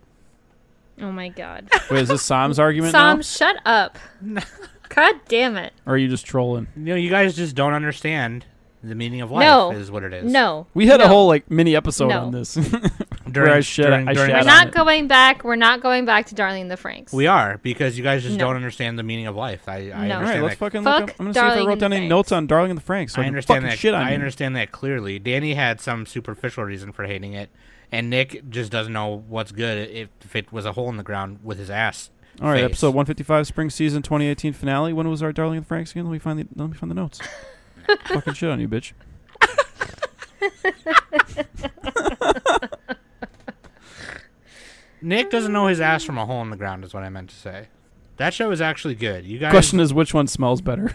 Speaker 5: Oh my god.
Speaker 6: Wait, is this Sam's argument
Speaker 5: Sam,
Speaker 6: now?
Speaker 5: shut up. God damn it.
Speaker 6: Or are you just trolling?
Speaker 4: You know, you guys just don't understand the meaning of life.
Speaker 5: No.
Speaker 4: is what it is.
Speaker 5: No.
Speaker 6: We had a
Speaker 5: No.
Speaker 6: whole like mini episode
Speaker 5: No.
Speaker 6: on this.
Speaker 4: during,
Speaker 6: I shed-
Speaker 4: during,
Speaker 6: I
Speaker 4: during
Speaker 6: shed
Speaker 5: We're
Speaker 6: Shut
Speaker 5: not
Speaker 6: up.
Speaker 5: going back. We're not going back to Darling in the Franks.
Speaker 4: We are because you guys just
Speaker 5: No.
Speaker 4: don't understand the meaning of life. I, I
Speaker 5: No.
Speaker 6: All right,
Speaker 4: understand
Speaker 6: let's
Speaker 4: that.
Speaker 6: fucking
Speaker 5: Fuck
Speaker 6: look. Up. I'm gonna see
Speaker 5: Darling
Speaker 6: if I wrote
Speaker 5: in
Speaker 6: down
Speaker 5: the
Speaker 6: any
Speaker 5: Franxx.
Speaker 6: notes on Darling and the Franks. So I,
Speaker 4: I
Speaker 6: can
Speaker 4: understand
Speaker 6: fucking
Speaker 4: that.
Speaker 6: Shit on
Speaker 4: I
Speaker 6: you.
Speaker 4: understand that clearly. Danny had some superficial reason for hating it, and Nick just doesn't know what's good if, if it was a hole in the ground with his ass.
Speaker 6: All right,
Speaker 4: face.
Speaker 6: episode 155, spring season 2018 finale. When was our Darling and the Franks again? Let me find the let me find the notes. fucking shit on you, bitch.
Speaker 4: Nick doesn't know his ass from a hole in the ground is what I meant to say. That show is actually good. You guys.
Speaker 6: Question is, which one smells better?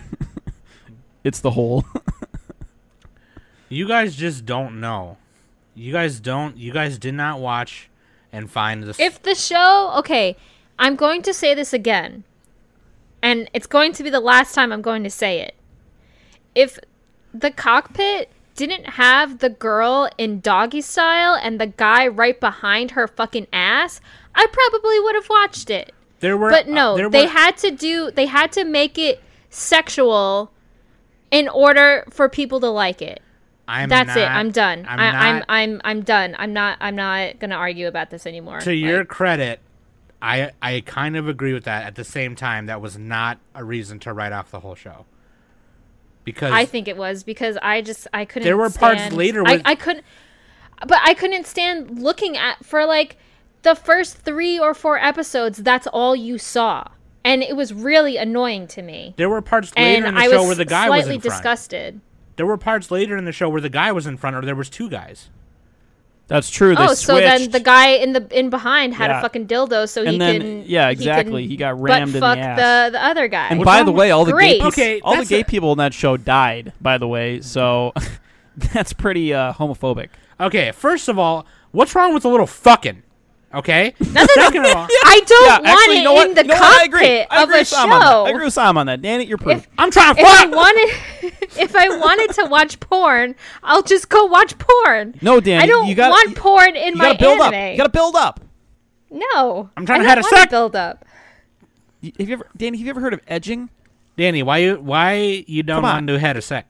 Speaker 6: it's the whole.
Speaker 4: You guys just don't know. You guys don't. You guys did not watch and find the.
Speaker 5: If the show, okay, I'm going to say this again, and it's going to be the last time I'm going to say it. If the cockpit didn't have the girl in doggy style and the guy right behind her fucking ass, I probably would have watched it.
Speaker 4: there were,
Speaker 5: But
Speaker 4: uh,
Speaker 5: no,
Speaker 4: there
Speaker 5: they
Speaker 4: were,
Speaker 5: had to do, they had to make it sexual in order for people to like it.
Speaker 4: I'm
Speaker 5: That's it.
Speaker 4: not-
Speaker 5: I'm done.
Speaker 4: I'm
Speaker 5: I'm, I, I'm,
Speaker 4: not-
Speaker 5: I'm I'm done. I'm not I'm not gonna argue about this anymore.
Speaker 4: to your credit, I I kind of agree with that. At the same time, that was not a reason to write off the whole show. Because
Speaker 5: I think it was because I just I couldn't.
Speaker 4: There were parts
Speaker 5: stand-
Speaker 4: later
Speaker 5: I,
Speaker 4: with-
Speaker 5: I couldn't, but I couldn't stand looking at for like the first three or four episodes. That's all you saw, and it was really annoying to me.
Speaker 4: there were parts later
Speaker 5: And
Speaker 4: in the
Speaker 5: I
Speaker 4: show
Speaker 5: was
Speaker 4: where the guy was
Speaker 5: slightly
Speaker 4: in front.
Speaker 5: disgusted.
Speaker 4: There were parts later in the show where the guy was in front, or there was two guys.
Speaker 6: That's true. They
Speaker 5: oh, so then
Speaker 6: switched.
Speaker 5: the guy in the in behind had
Speaker 6: Yeah.
Speaker 5: a fucking dildo, so he
Speaker 6: And then-
Speaker 5: can
Speaker 6: yeah,
Speaker 5: he
Speaker 6: exactly.
Speaker 5: can
Speaker 6: He got
Speaker 5: butt
Speaker 6: rammed in the
Speaker 5: fuck
Speaker 6: ass.
Speaker 5: the the other guy.
Speaker 6: And
Speaker 4: Which
Speaker 6: by
Speaker 4: one
Speaker 6: the
Speaker 4: was
Speaker 6: way, all the gay
Speaker 5: great. Mm.
Speaker 6: people,
Speaker 4: Okay,
Speaker 6: all the
Speaker 4: that's
Speaker 6: gay
Speaker 4: a-
Speaker 6: people in that show died. By the way, so that's pretty uh, homophobic.
Speaker 4: Okay, first of all, what's wrong with a little fucking? Okay. Second of all,
Speaker 5: I don't
Speaker 6: Yeah,
Speaker 5: want
Speaker 6: actually,
Speaker 5: it
Speaker 6: you know what?
Speaker 5: in the
Speaker 6: you know what? I agree.
Speaker 5: cockpit
Speaker 6: I
Speaker 5: of
Speaker 6: agree
Speaker 5: a
Speaker 6: with Sam on that. I
Speaker 5: show.
Speaker 6: agree with Sam on that. Dan, it, you're proof.
Speaker 5: If-
Speaker 4: I'm trying to
Speaker 5: if I
Speaker 4: fuck.
Speaker 5: wanted, if I wanted to watch porn, I'll just go watch porn.
Speaker 6: No, Dan,
Speaker 5: I don't
Speaker 6: you gotta-
Speaker 5: want porn in
Speaker 6: you
Speaker 5: my
Speaker 6: gotta build
Speaker 5: anime.
Speaker 6: up. You gotta build up.
Speaker 5: No.
Speaker 4: I'm trying
Speaker 5: I
Speaker 4: to hide
Speaker 5: don't
Speaker 4: a
Speaker 5: wanna
Speaker 4: suck.
Speaker 5: Build up.
Speaker 6: Y- Have you ever, Danny? Have you ever heard of edging?
Speaker 4: Danny, why you why you don't
Speaker 6: Come on.
Speaker 4: want to head a sec?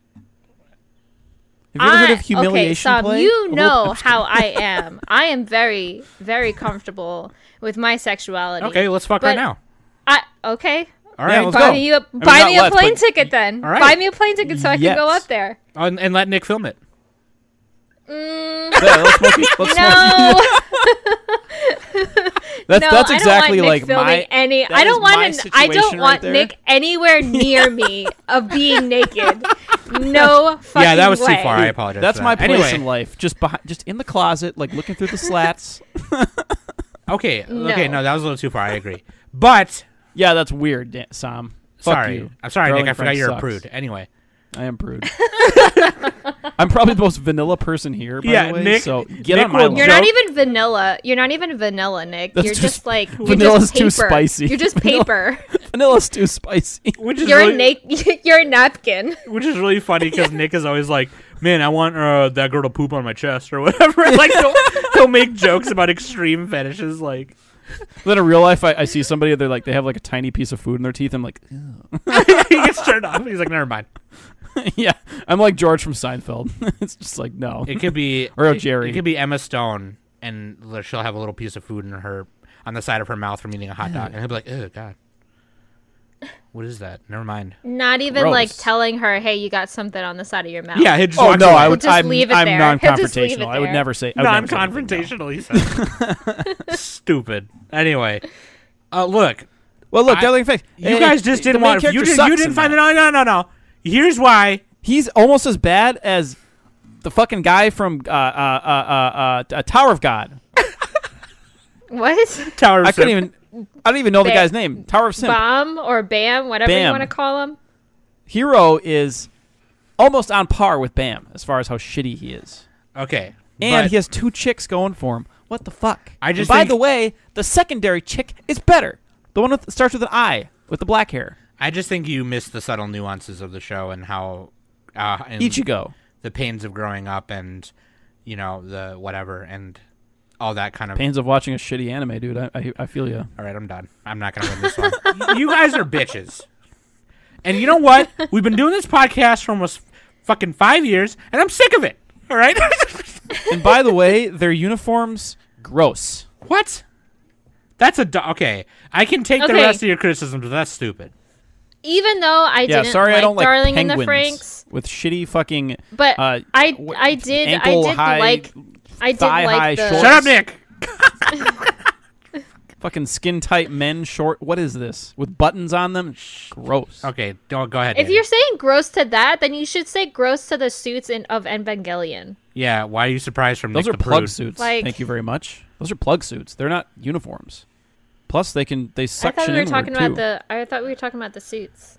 Speaker 6: Have you ever heard
Speaker 5: I-
Speaker 6: of humiliation
Speaker 5: okay, Sam,
Speaker 6: play?
Speaker 5: you
Speaker 6: Oh,
Speaker 5: know
Speaker 6: I'm just
Speaker 5: how I am. I am very, very comfortable with my sexuality.
Speaker 4: Okay, let's fuck
Speaker 5: But
Speaker 4: right now.
Speaker 5: I okay.
Speaker 4: All right,
Speaker 6: Yeah,
Speaker 4: let's
Speaker 6: let's
Speaker 5: Buy
Speaker 4: go.
Speaker 6: go.
Speaker 5: me a
Speaker 6: mean,
Speaker 5: buy
Speaker 6: not
Speaker 5: me a
Speaker 6: left,
Speaker 5: plane
Speaker 6: but-
Speaker 5: ticket then.
Speaker 4: all right.
Speaker 5: Buy me a plane ticket so I can go
Speaker 6: Yes.
Speaker 5: up there.
Speaker 4: And, and let Nick film it.
Speaker 5: Mm,
Speaker 6: kidding. Yeah, let's smoke it.
Speaker 5: no,
Speaker 6: Let's smoke it. That's
Speaker 5: no,
Speaker 6: that's
Speaker 5: I don't
Speaker 6: exactly
Speaker 5: want Nick
Speaker 6: like
Speaker 5: filming
Speaker 6: my.
Speaker 5: any.
Speaker 6: that
Speaker 5: I don't
Speaker 6: is my
Speaker 5: want. An, I don't
Speaker 6: situation right
Speaker 5: want
Speaker 6: there.
Speaker 5: Nick anywhere near me of being naked. No fucking
Speaker 4: yeah, that was
Speaker 5: way.
Speaker 4: too far. I apologize.
Speaker 6: That's
Speaker 4: for
Speaker 6: my
Speaker 4: that.
Speaker 6: place
Speaker 4: anyway,
Speaker 6: in life. Just behind, just in the closet, like looking through the slats.
Speaker 4: Okay, okay,
Speaker 5: No.
Speaker 4: no, that was a little too far. I agree. But
Speaker 6: yeah, that's weird, Dan- Sam. Fuck
Speaker 4: sorry,
Speaker 6: you.
Speaker 4: I'm sorry,
Speaker 6: Growing
Speaker 4: Nick. I forgot
Speaker 6: Frank
Speaker 4: you're a
Speaker 6: sucks.
Speaker 4: prude. Anyway,
Speaker 6: I am prude. I'm probably the most vanilla person here. By
Speaker 4: Yeah,
Speaker 6: the way,
Speaker 4: Nick-
Speaker 6: So get
Speaker 4: Nick
Speaker 6: on my
Speaker 4: will
Speaker 6: level.
Speaker 5: You're
Speaker 4: joke.
Speaker 5: not even vanilla. You're not even vanilla, Nick.
Speaker 6: That's
Speaker 5: you're
Speaker 6: just-
Speaker 5: just, like you're
Speaker 6: vanilla's
Speaker 5: just
Speaker 6: too
Speaker 5: paper.
Speaker 6: spicy.
Speaker 5: You're just
Speaker 6: Vanilla-
Speaker 5: paper.
Speaker 6: Vanilla's too spicy.
Speaker 4: which
Speaker 5: you're a na- You're a napkin.
Speaker 4: which is really funny because Nick is always like, "Man, I want uh, that girl to poop on my chest or whatever." like he'll, he'll make jokes about extreme fetishes. Like,
Speaker 6: then in real life, I, I see somebody. They're like they have like a tiny piece of food in their teeth. I'm like,
Speaker 4: he gets turned off. He's like, "Never mind."
Speaker 6: yeah. I'm like George from Seinfeld. it's just like no.
Speaker 4: It could be
Speaker 6: Or
Speaker 4: it-
Speaker 6: Jerry.
Speaker 4: It, could be Emma Stone, and l- she'll have a little piece of food in her on the side of her mouth from eating a hot dog, and he'll be like, "Oh God, what is that?" Never mind.
Speaker 5: Not even like
Speaker 6: Gross.
Speaker 5: telling her, "Hey, you got something on the side of your mouth."
Speaker 4: Yeah, he just
Speaker 6: Oh
Speaker 4: walks
Speaker 6: no,
Speaker 4: away.
Speaker 6: I would.
Speaker 5: just
Speaker 6: I'm,
Speaker 5: leave it
Speaker 6: I'm
Speaker 5: there. He'll just leave it
Speaker 6: non-confrontational. I would
Speaker 5: there.
Speaker 6: never say. I would never say anything, no.
Speaker 4: non-confrontational. He said, "Stupid." Anyway, uh, look,
Speaker 6: Well, look,
Speaker 4: I-
Speaker 6: Darling Face.
Speaker 4: you guys just didn't want. You, did, you didn't find it. No, no, no, no. Here's why.
Speaker 6: He's almost as bad as the fucking guy from uh, uh, uh, uh, uh, Tower of God.
Speaker 5: What?
Speaker 4: Tower. Of
Speaker 6: I couldn't
Speaker 4: Sim-
Speaker 6: even. I don't even know the
Speaker 5: Ba-
Speaker 6: guy's name. Tower of Simp.
Speaker 5: Bomb or Bam, whatever
Speaker 6: Bam.
Speaker 5: you want to call him.
Speaker 6: Hero is almost on par with Bam as far as how shitty he is,
Speaker 4: Okay,
Speaker 6: and
Speaker 4: but-
Speaker 6: he has two chicks going for him. What the fuck?
Speaker 4: I just
Speaker 6: And by
Speaker 4: think-
Speaker 6: the way, the secondary chick is better. The one with starts with an I with the black hair.
Speaker 4: I just think you missed the subtle nuances of the show and how uh, and
Speaker 6: Ichigo.
Speaker 4: the pains of growing up, and you know the whatever, and all that kind of.
Speaker 6: Pains of watching a shitty anime, dude. I I, I feel you.
Speaker 4: All right, I'm done. I'm not gonna win this one. Y- you guys are bitches. And you know what? We've been doing this podcast for almost fucking five years, and I'm sick of it. All right.
Speaker 6: And by the way, their uniforms gross.
Speaker 4: What? That's a do- okay. I can take the
Speaker 5: Okay.
Speaker 4: rest of your criticisms, but that's stupid.
Speaker 5: Even though I
Speaker 6: Yeah,
Speaker 5: didn't
Speaker 6: sorry,
Speaker 5: like
Speaker 6: I don't like
Speaker 5: Darling in
Speaker 6: penguins
Speaker 5: the Franks,
Speaker 6: with shitty fucking.
Speaker 5: but
Speaker 6: Uh,
Speaker 5: I
Speaker 6: wh-
Speaker 5: I did I
Speaker 6: ankle
Speaker 5: did
Speaker 6: high,
Speaker 5: like I did
Speaker 6: thigh high
Speaker 5: like the
Speaker 6: shorts.
Speaker 4: Shut up, Nick.
Speaker 6: fucking skin tight men short. What is this with buttons on them? Gross.
Speaker 4: Okay, don't go ahead.
Speaker 5: If
Speaker 4: Danny.
Speaker 5: you're saying gross to that, then you should say gross to the suits in, of Evangelion.
Speaker 4: yeah, why are you surprised from
Speaker 6: Those
Speaker 4: Nick
Speaker 6: are
Speaker 4: the
Speaker 6: plug
Speaker 4: Prude?
Speaker 6: suits.
Speaker 5: Like-
Speaker 6: Thank you very much. Those are plug suits. They're not uniforms. Plus, they can they
Speaker 5: I thought
Speaker 6: suction
Speaker 5: we were
Speaker 6: inward,
Speaker 5: talking about
Speaker 6: too.
Speaker 5: the. I thought we were talking about the suits.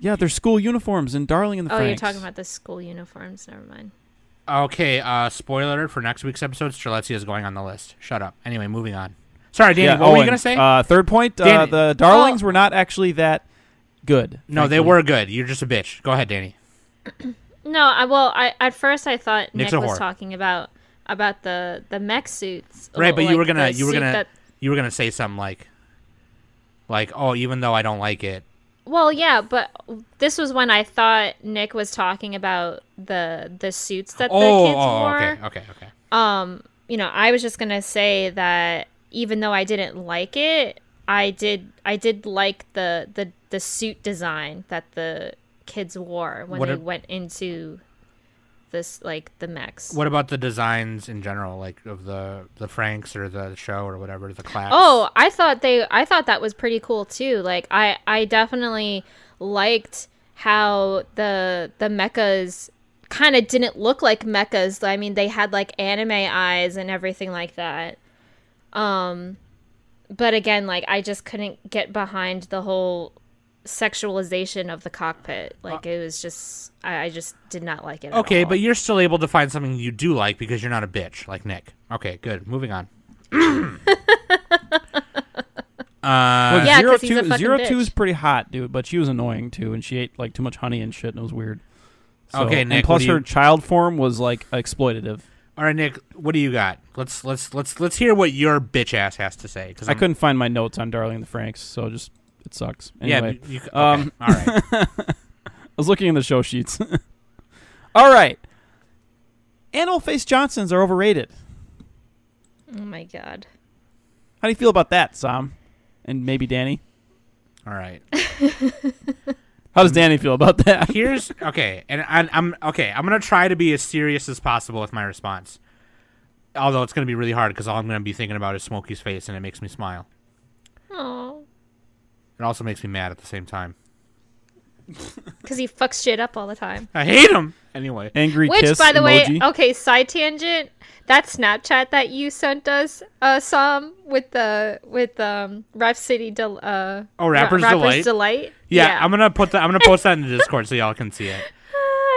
Speaker 6: Yeah, they're school uniforms and Darling in the
Speaker 5: Oh,
Speaker 6: Franks.
Speaker 5: you're talking about the school uniforms. Never mind.
Speaker 4: Okay, uh, spoiler alert for next week's episode. Streletsky is going on the list. Shut up. Anyway, moving on. Sorry, Danny.
Speaker 6: Yeah,
Speaker 4: what were you
Speaker 6: Owen,
Speaker 4: gonna say?
Speaker 6: Uh, third point. Uh,
Speaker 4: Danny-
Speaker 6: the
Speaker 5: Oh.
Speaker 6: Darlings were not actually that good.
Speaker 4: no, they
Speaker 6: frankly.
Speaker 4: were good. You're just a bitch. Go ahead, Danny.
Speaker 5: No, I well, I at first I thought
Speaker 4: Nick's
Speaker 5: Nick
Speaker 4: a
Speaker 5: was
Speaker 4: whore.
Speaker 5: talking about about the the mech suits.
Speaker 4: Right, but
Speaker 5: Oh, like
Speaker 4: you were gonna
Speaker 5: the
Speaker 4: you were
Speaker 5: suit
Speaker 4: gonna
Speaker 5: that-
Speaker 4: you were gonna say something like like oh even though I don't like it.
Speaker 5: Well, yeah, but this was when I thought Nick was talking about the the suits that the
Speaker 4: Oh,
Speaker 5: kids
Speaker 4: oh,
Speaker 5: wore.
Speaker 4: okay, okay, okay.
Speaker 5: Um, you know, I was just gonna say that even though I didn't like it, I did I did like the the the suit design that the kids wore when
Speaker 4: What
Speaker 5: they
Speaker 4: a-
Speaker 5: went into this like the mechs.
Speaker 4: What about the designs in general, like of the the Franks or the show or whatever the class?
Speaker 5: Oh, I thought they I thought that was pretty cool too. Like I I definitely liked how the the mechas kind of didn't look like mechas. I mean, they had like anime eyes and everything like that. Um but again, like I just couldn't get behind the whole sexualization of the cockpit. Like it was just I, I just did not like it. at
Speaker 4: Okay,
Speaker 5: all.
Speaker 4: but you're still able to find something you do like because you're not a bitch like Nick. Okay, good. Moving on. uh,
Speaker 6: Well,
Speaker 5: Yeah,
Speaker 6: Uh, zero
Speaker 5: 'cause he's
Speaker 6: two,
Speaker 5: a fucking
Speaker 6: zero two
Speaker 5: bitch.
Speaker 6: is pretty hot, dude. But she was annoying too, and she ate like too much honey and shit, and it was weird. So,
Speaker 4: Okay,
Speaker 6: and
Speaker 4: Nick, what
Speaker 6: plus
Speaker 4: do you-
Speaker 6: her child form was like exploitative.
Speaker 4: All right, Nick, what do you got? Let's let's let's let's hear what your bitch ass has to say. Because
Speaker 6: I couldn't find my notes on Darling in the Franks, so just it sucks. Anyway,
Speaker 4: Yeah. You, you, okay.
Speaker 6: um,
Speaker 4: all right.
Speaker 6: I was looking in the show sheets. All right. Animal face Johnsons are overrated.
Speaker 5: Oh my god.
Speaker 6: How do you feel about that, Sam? And maybe Danny?
Speaker 4: All right.
Speaker 6: How
Speaker 4: Mm.
Speaker 6: does Danny feel about that?
Speaker 4: Here's okay, and I, I'm okay. I'm gonna try to be as serious as possible with my response. Although it's gonna be really hard because all I'm gonna be thinking about is Smokey's face, and it makes me smile.
Speaker 5: Oh,
Speaker 4: It also makes me mad at the same time.
Speaker 5: because he fucks shit up all the time.
Speaker 4: I hate him anyway.
Speaker 6: Angry
Speaker 5: Which,
Speaker 6: kiss
Speaker 5: by the
Speaker 6: emoji.
Speaker 5: way, oh. okay, side tangent. That Snapchat that you sent us, uh, some with the with um, Rap City, del- uh,
Speaker 4: Oh, Rapper's Delight?
Speaker 5: Rapper's Delight.
Speaker 4: Yeah, I'm gonna put that. I'm gonna post that in the Discord so y'all can see it. Uh,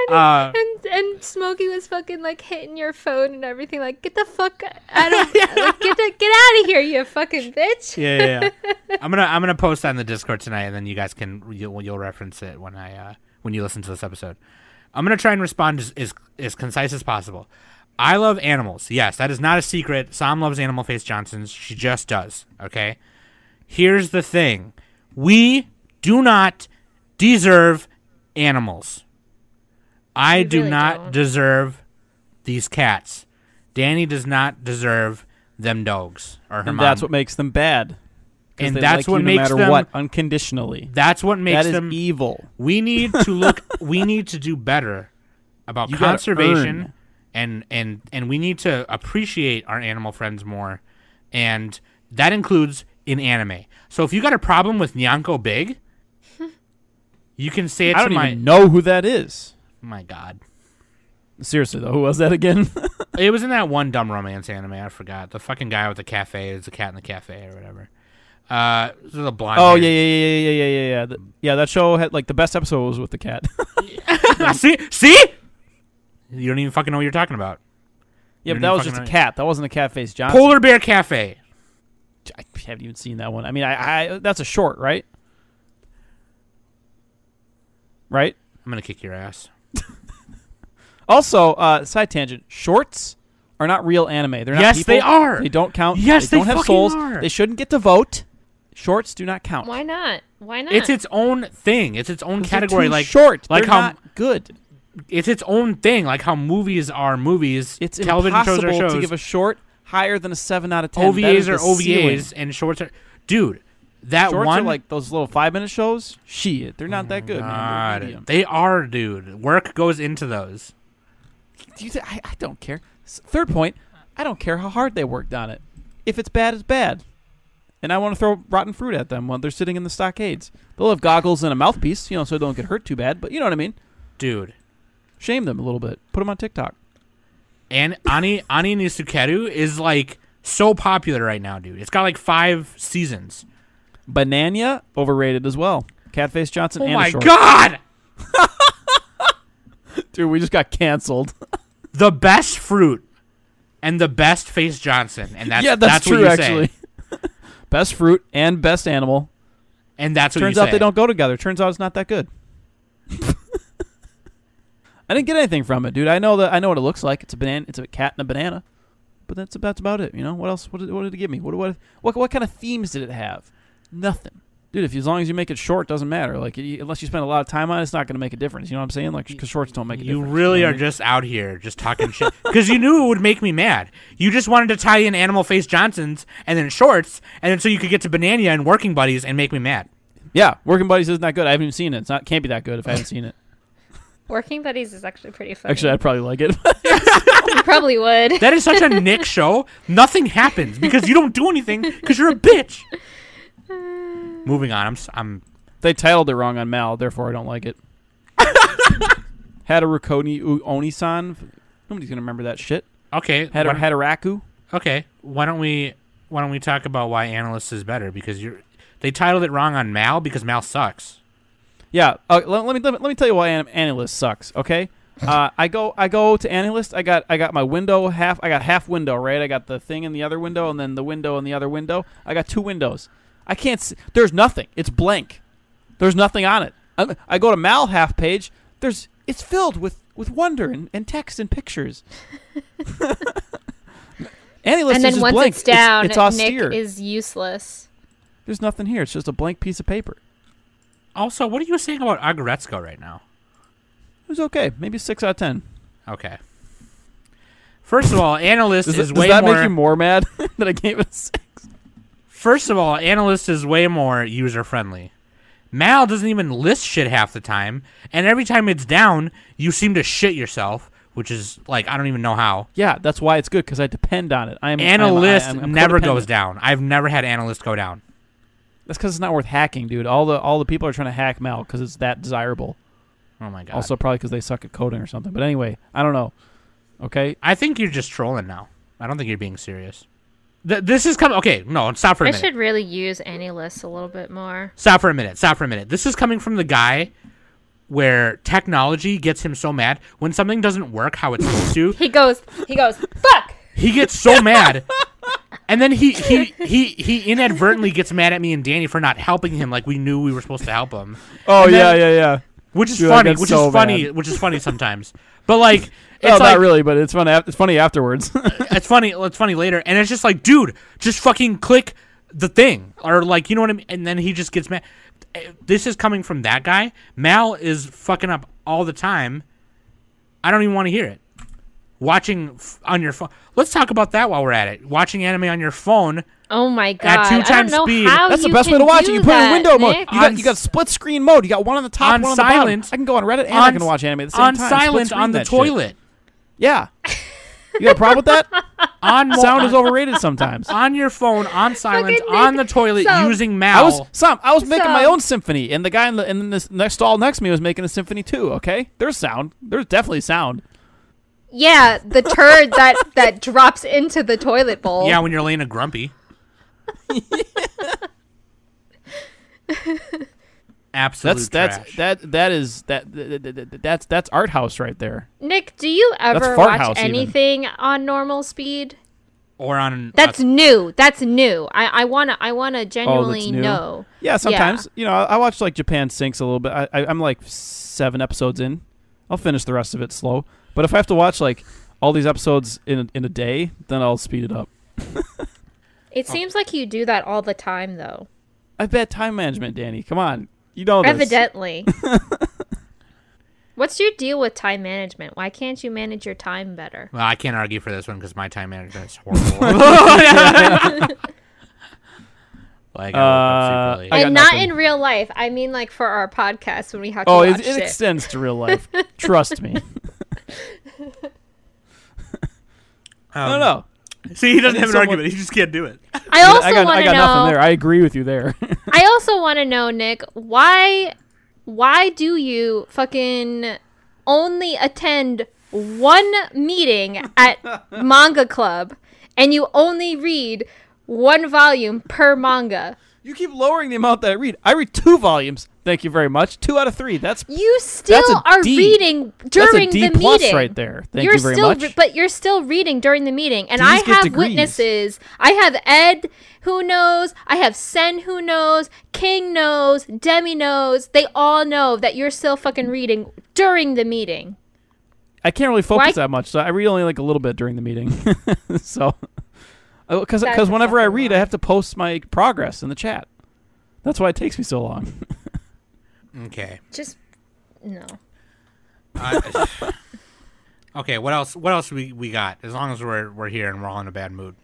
Speaker 5: Ah, and, and and Smokey was fucking like hitting your phone and everything. Like, get the fuck out of like, get the, get out of here, you fucking bitch.
Speaker 4: Yeah, yeah. yeah. I'm gonna I'm gonna post that in the Discord tonight, and then you guys can you'll, you'll reference it when I uh, when you listen to this episode. I'm gonna try and respond as, as as concise as possible. I love animals. Yes, that is not a secret. Sam loves Animal Face Johnsons. She just does. Okay. Here's the thing: we do not deserve animals. I do
Speaker 5: really
Speaker 4: not
Speaker 5: don't.
Speaker 4: deserve these cats. Danny does not deserve them dogs or her
Speaker 6: and
Speaker 4: mom.
Speaker 6: that's what makes them bad. 'Cause
Speaker 4: And
Speaker 6: they
Speaker 4: that's
Speaker 6: like
Speaker 4: what
Speaker 6: you
Speaker 4: makes
Speaker 6: no matter
Speaker 4: them-
Speaker 6: what unconditionally.
Speaker 4: That's what makes
Speaker 6: that is
Speaker 4: them.
Speaker 6: evil.
Speaker 4: we need to look. we need to do better about
Speaker 6: You gotta
Speaker 4: conservation,
Speaker 6: earn.
Speaker 4: and and and we need to appreciate our animal friends more, and that includes in anime. So if you got a problem with Nyanko Big, you can say it
Speaker 6: I
Speaker 4: to
Speaker 6: don't
Speaker 4: my
Speaker 6: even know who that is.
Speaker 4: my god.
Speaker 6: Seriously though, who was that again?
Speaker 4: It was in that one dumb romance anime. I forgot the fucking guy with the cafe is the cat in the cafe or whatever. Uh, the blonde.
Speaker 6: oh yeah, yeah, yeah, yeah, yeah, yeah, yeah. Th- yeah, that show had like the best episode was with the cat.
Speaker 4: yeah. see, see. You don't even fucking know what you're talking about.
Speaker 6: yeah,
Speaker 4: You're
Speaker 6: but that was
Speaker 4: fucking
Speaker 6: just a
Speaker 4: right.
Speaker 6: cat. That wasn't a cat face Johnson.
Speaker 4: Polar Bear Cafe.
Speaker 6: I haven't even seen that one. I mean, I, I that's a short, right? Right.
Speaker 4: I'm gonna kick your ass.
Speaker 6: Also, uh, side tangent: shorts are not real anime. They're not.
Speaker 4: Yes,
Speaker 6: people.
Speaker 4: they are.
Speaker 6: They don't count.
Speaker 4: Yes,
Speaker 6: they
Speaker 4: they
Speaker 6: don't have
Speaker 4: fucking
Speaker 6: souls.
Speaker 4: are.
Speaker 6: They shouldn't get to vote. Shorts do not count.
Speaker 5: Why not? Why not?
Speaker 4: It's its own thing. It's its own
Speaker 6: They're
Speaker 4: category.
Speaker 6: too
Speaker 4: Like
Speaker 6: short.
Speaker 4: Like
Speaker 6: They're
Speaker 4: how
Speaker 6: not good.
Speaker 4: it's its own thing. Like how movies are movies.
Speaker 6: It's
Speaker 4: television shows are
Speaker 6: impossible
Speaker 4: shows.
Speaker 6: to give a short higher than a seven out of ten. That is
Speaker 4: OVAs are
Speaker 6: the ceiling.
Speaker 4: OVAs and shorts are. Dude, that
Speaker 6: Shorts
Speaker 4: one.
Speaker 6: are like those little five minute shows. Shit, they're not that good. man.
Speaker 4: God,
Speaker 6: They're medium.
Speaker 4: they are, dude. Work goes into those.
Speaker 6: Do you think- I, I don't care. S- Third point, I don't care how hard they worked on it. If it's bad, it's bad. And I want to throw rotten fruit at them while they're sitting in the stockades. They'll have goggles and a mouthpiece, you know, so they don't get hurt too bad. But you know what I mean.
Speaker 4: Dude,
Speaker 6: Shame them a little bit. Put them on TikTok.
Speaker 4: and Ani Ani Nisukeru is like so popular right now, dude. It's got like five seasons.
Speaker 6: Banania overrated as well. Catface Johnson.
Speaker 4: Oh
Speaker 6: and a
Speaker 4: my
Speaker 6: short.
Speaker 4: god,
Speaker 6: dude, we just got canceled.
Speaker 4: the best fruit and the best face Johnson, and that's
Speaker 6: yeah, that's,
Speaker 4: what
Speaker 6: true
Speaker 4: you
Speaker 6: actually.
Speaker 4: Say.
Speaker 6: best fruit and best animal.
Speaker 4: And that's what
Speaker 6: Turns
Speaker 4: you
Speaker 6: out
Speaker 4: say.
Speaker 6: they don't go together. Turns out it's not that good. I didn't get anything from it, dude. I know that I know what it looks like. It's a banana. It's a cat and a banana. But that's that's about it. You know what else? What did, what did it give me? What what what what kind of themes did it have? Nothing, dude. If you- as long as you make it short, doesn't matter. Like you- unless you spend a lot of time on it, it's not going to make a difference. You know what I'm saying? Like because shorts don't make a
Speaker 4: You
Speaker 6: difference.
Speaker 4: really
Speaker 6: know
Speaker 4: are
Speaker 6: what I mean?
Speaker 4: just out here just talking shit because you knew it would make me mad. You just wanted to tie in Animal Face Johnsons and then shorts, and then so you could get to Banania and Working Buddies and make me mad.
Speaker 6: yeah. Working buddies is not good. I haven't even seen it. It's not can't be that good if I haven't seen it.
Speaker 5: Working buddies is actually pretty funny.
Speaker 6: Actually, I'd probably like it.
Speaker 5: you probably would.
Speaker 4: That is such a Nick show. Nothing happens because you don't do anything because you're a bitch. Moving on. I'm s- I'm
Speaker 6: They titled it wrong on Mal, therefore I don't like it. Hadarukoni U- Onisan. Nobody's gonna remember that shit.
Speaker 4: okay. why
Speaker 6: Hadar
Speaker 4: don't-
Speaker 6: Hadaraku.
Speaker 4: okay. Why don't we why don't we talk about why Analyst is better because you're they titled it wrong on Mal because Mal sucks.
Speaker 6: Yeah. Uh, let, let me let me let me tell you why An- Analyst sucks. Okay. Uh, I go I go to Analyst. I got I got my window half. I got half window right. I got the thing in the other window, and then the window in the other window. I got two windows. I can't. See, there's nothing. It's blank. There's nothing on it. i I go to Mal half page. There's it's filled with with wonder and, and text and pictures. Annie list
Speaker 5: and
Speaker 6: is
Speaker 5: then
Speaker 6: just
Speaker 5: once
Speaker 6: blank.
Speaker 5: it's down,
Speaker 6: it's, austere.
Speaker 5: Nick is useless.
Speaker 6: There's nothing here. It's just a blank piece of paper.
Speaker 4: Also, what are you saying about Agoretsko right now?
Speaker 6: It was okay. Maybe six out of ten.
Speaker 4: Okay. First of all, analyst
Speaker 6: Does,
Speaker 4: is
Speaker 6: it- does
Speaker 4: way
Speaker 6: that
Speaker 4: more.
Speaker 6: make you more mad that I gave it a six?
Speaker 4: First of all, analyst is way more user friendly. Mal doesn't even list shit half the time, and every time it's down, you seem to shit yourself, which is like I don't even know how.
Speaker 6: Yeah, that's why it's good because I depend on it. I'm
Speaker 4: Analyst
Speaker 6: I'm, I'm, I'm
Speaker 4: never
Speaker 6: codependent.
Speaker 4: goes down. I've never had analyst go down.
Speaker 6: That's because it's not worth hacking, dude. All the all the people are trying to hack Mal because it's that desirable.
Speaker 4: Oh my god.
Speaker 6: Also, probably because they suck at coding or something. But anyway, I don't know. Okay,
Speaker 4: I think you're just trolling now. I don't think you're being serious. Th- this is coming. Okay, no, stop for a
Speaker 5: I
Speaker 4: minute.
Speaker 5: should really use any list a little bit more.
Speaker 4: Stop for a minute. Stop for a minute. This is coming from the guy where technology gets him so mad when something doesn't work how it's supposed to.
Speaker 5: He goes, he goes, fuck.
Speaker 4: He gets so mad. And then he, he he he inadvertently gets mad at me and Danny for not helping him like we knew we were supposed to help him.
Speaker 6: Oh
Speaker 4: And then-
Speaker 6: yeah, yeah, yeah.
Speaker 4: Which is
Speaker 6: Dude, I
Speaker 4: funny,
Speaker 6: get
Speaker 4: which
Speaker 6: so
Speaker 4: is funny,
Speaker 6: mad.
Speaker 4: which is funny sometimes. But like it's
Speaker 6: Oh,
Speaker 4: like
Speaker 6: not really, but it's fun. It's funny afterwards.
Speaker 5: Oh,
Speaker 4: it's funny it's funny later and it's just like dude, just fucking click the thing or like you know what I mean and then he just gets mad. This is coming from that guy. Mal is fucking up all the time. I don't even want to hear it. Watching f- on your phone. Let's talk about that while we're at it. Watching anime on your phone
Speaker 5: Oh my god!
Speaker 4: two
Speaker 5: I
Speaker 4: times
Speaker 5: don't know
Speaker 4: speed.
Speaker 5: how
Speaker 6: That's the
Speaker 5: you
Speaker 6: best way
Speaker 5: can
Speaker 6: to watch it.
Speaker 5: do
Speaker 6: You put it in
Speaker 5: that,
Speaker 6: window mode. You
Speaker 5: Nick.
Speaker 6: got, you got split screen mode. You got one on the top,
Speaker 4: On
Speaker 6: one on the
Speaker 4: silent.
Speaker 6: bottom. I can go on Reddit and I
Speaker 4: on
Speaker 6: can watch anime at the same
Speaker 4: on
Speaker 6: time. Split
Speaker 4: silent
Speaker 6: screen
Speaker 4: on the
Speaker 6: that shit.
Speaker 4: toilet.
Speaker 6: Yeah. You got a problem with that?
Speaker 4: On mo-
Speaker 6: Sound is overrated sometimes.
Speaker 4: on your phone on silent
Speaker 5: Fucking
Speaker 4: on the
Speaker 5: Nick.
Speaker 4: toilet
Speaker 5: So-
Speaker 4: using
Speaker 6: I
Speaker 4: Mal.
Speaker 6: was some. I was making my
Speaker 5: So-
Speaker 6: own symphony, and the guy in the in this next stall next to me was making a symphony too. Okay, there's sound. There's definitely sound.
Speaker 2: Yeah, the turd that that drops into the toilet
Speaker 6: Oh.
Speaker 2: bowl.
Speaker 4: yeah, when you're laying a grumpy. Absolute
Speaker 6: That's
Speaker 4: trash.
Speaker 6: that's that that is that, that, that- that- that's that's art house right there.
Speaker 5: Nick, do you ever
Speaker 6: fart
Speaker 5: watch
Speaker 6: house even.
Speaker 5: anything on normal speed?
Speaker 4: or on uh,
Speaker 5: That's
Speaker 4: a,
Speaker 5: new. That's new. I, I wanna I wanna
Speaker 6: Oh, that's
Speaker 5: genuinely
Speaker 6: new.
Speaker 5: know.
Speaker 6: Yeah, sometimes you know I, I watch like Japan Sinks a little bit. I, I, I'm like seven episodes in. I'll finish the rest of it slow. But if I have to watch like all these episodes in a, in a day, then I'll speed it up. Oh.
Speaker 5: It seems like you do that all the time though.
Speaker 6: I bet time management, Danny. Come on, you know this.
Speaker 5: Evidently. What's your deal with time management? Why can't you manage your time better?
Speaker 4: well, I can't argue for this one because my time management is horrible. like, I woke up
Speaker 6: Uh,
Speaker 4: super late.
Speaker 6: I got
Speaker 5: and not
Speaker 6: nothing.
Speaker 5: in real life. I mean like for our podcast when we have to
Speaker 6: Oh,
Speaker 5: watch
Speaker 6: it,
Speaker 5: shit.
Speaker 6: it extends to real life. Trust me. I don't know.
Speaker 4: Um, See, he doesn't
Speaker 6: have an someone- argument.
Speaker 4: He just can't do it.
Speaker 5: I also
Speaker 6: I got,
Speaker 5: want
Speaker 6: I
Speaker 5: to
Speaker 6: got nothing
Speaker 5: know
Speaker 6: there. I agree with you there.
Speaker 5: I also want to know, Nick, why why do you fucking only attend one meeting at manga club and you only read one volume per manga?
Speaker 6: you keep lowering the amount that I read. I read two volumes. Thank you very much. Two out of three. That's
Speaker 5: You still
Speaker 6: a
Speaker 5: are
Speaker 6: D.
Speaker 5: reading
Speaker 6: that's
Speaker 5: during
Speaker 6: a D
Speaker 5: the
Speaker 6: plus
Speaker 5: meeting.
Speaker 6: right there. Thank
Speaker 5: you're
Speaker 6: you very
Speaker 5: still
Speaker 6: much.
Speaker 5: re- but you're still reading during the meeting and
Speaker 6: D's
Speaker 5: i
Speaker 6: get
Speaker 5: have
Speaker 6: degrees.
Speaker 5: witnesses i have ed who knows i have sen who knows king knows demi knows they all know that you're still fucking reading during the meeting
Speaker 6: I can't really focus
Speaker 5: Why-
Speaker 6: that much. So I read only like a little bit during the meeting. so because
Speaker 5: That's
Speaker 6: because
Speaker 5: a
Speaker 6: whenever I
Speaker 5: fucking
Speaker 6: read,
Speaker 5: lie.
Speaker 6: I have to post my progress in the chat. That's why it takes me so long.
Speaker 4: Okay.
Speaker 5: just no
Speaker 4: I- okay. What else? What else we we got? As long as we're we're here and we're all in a bad mood.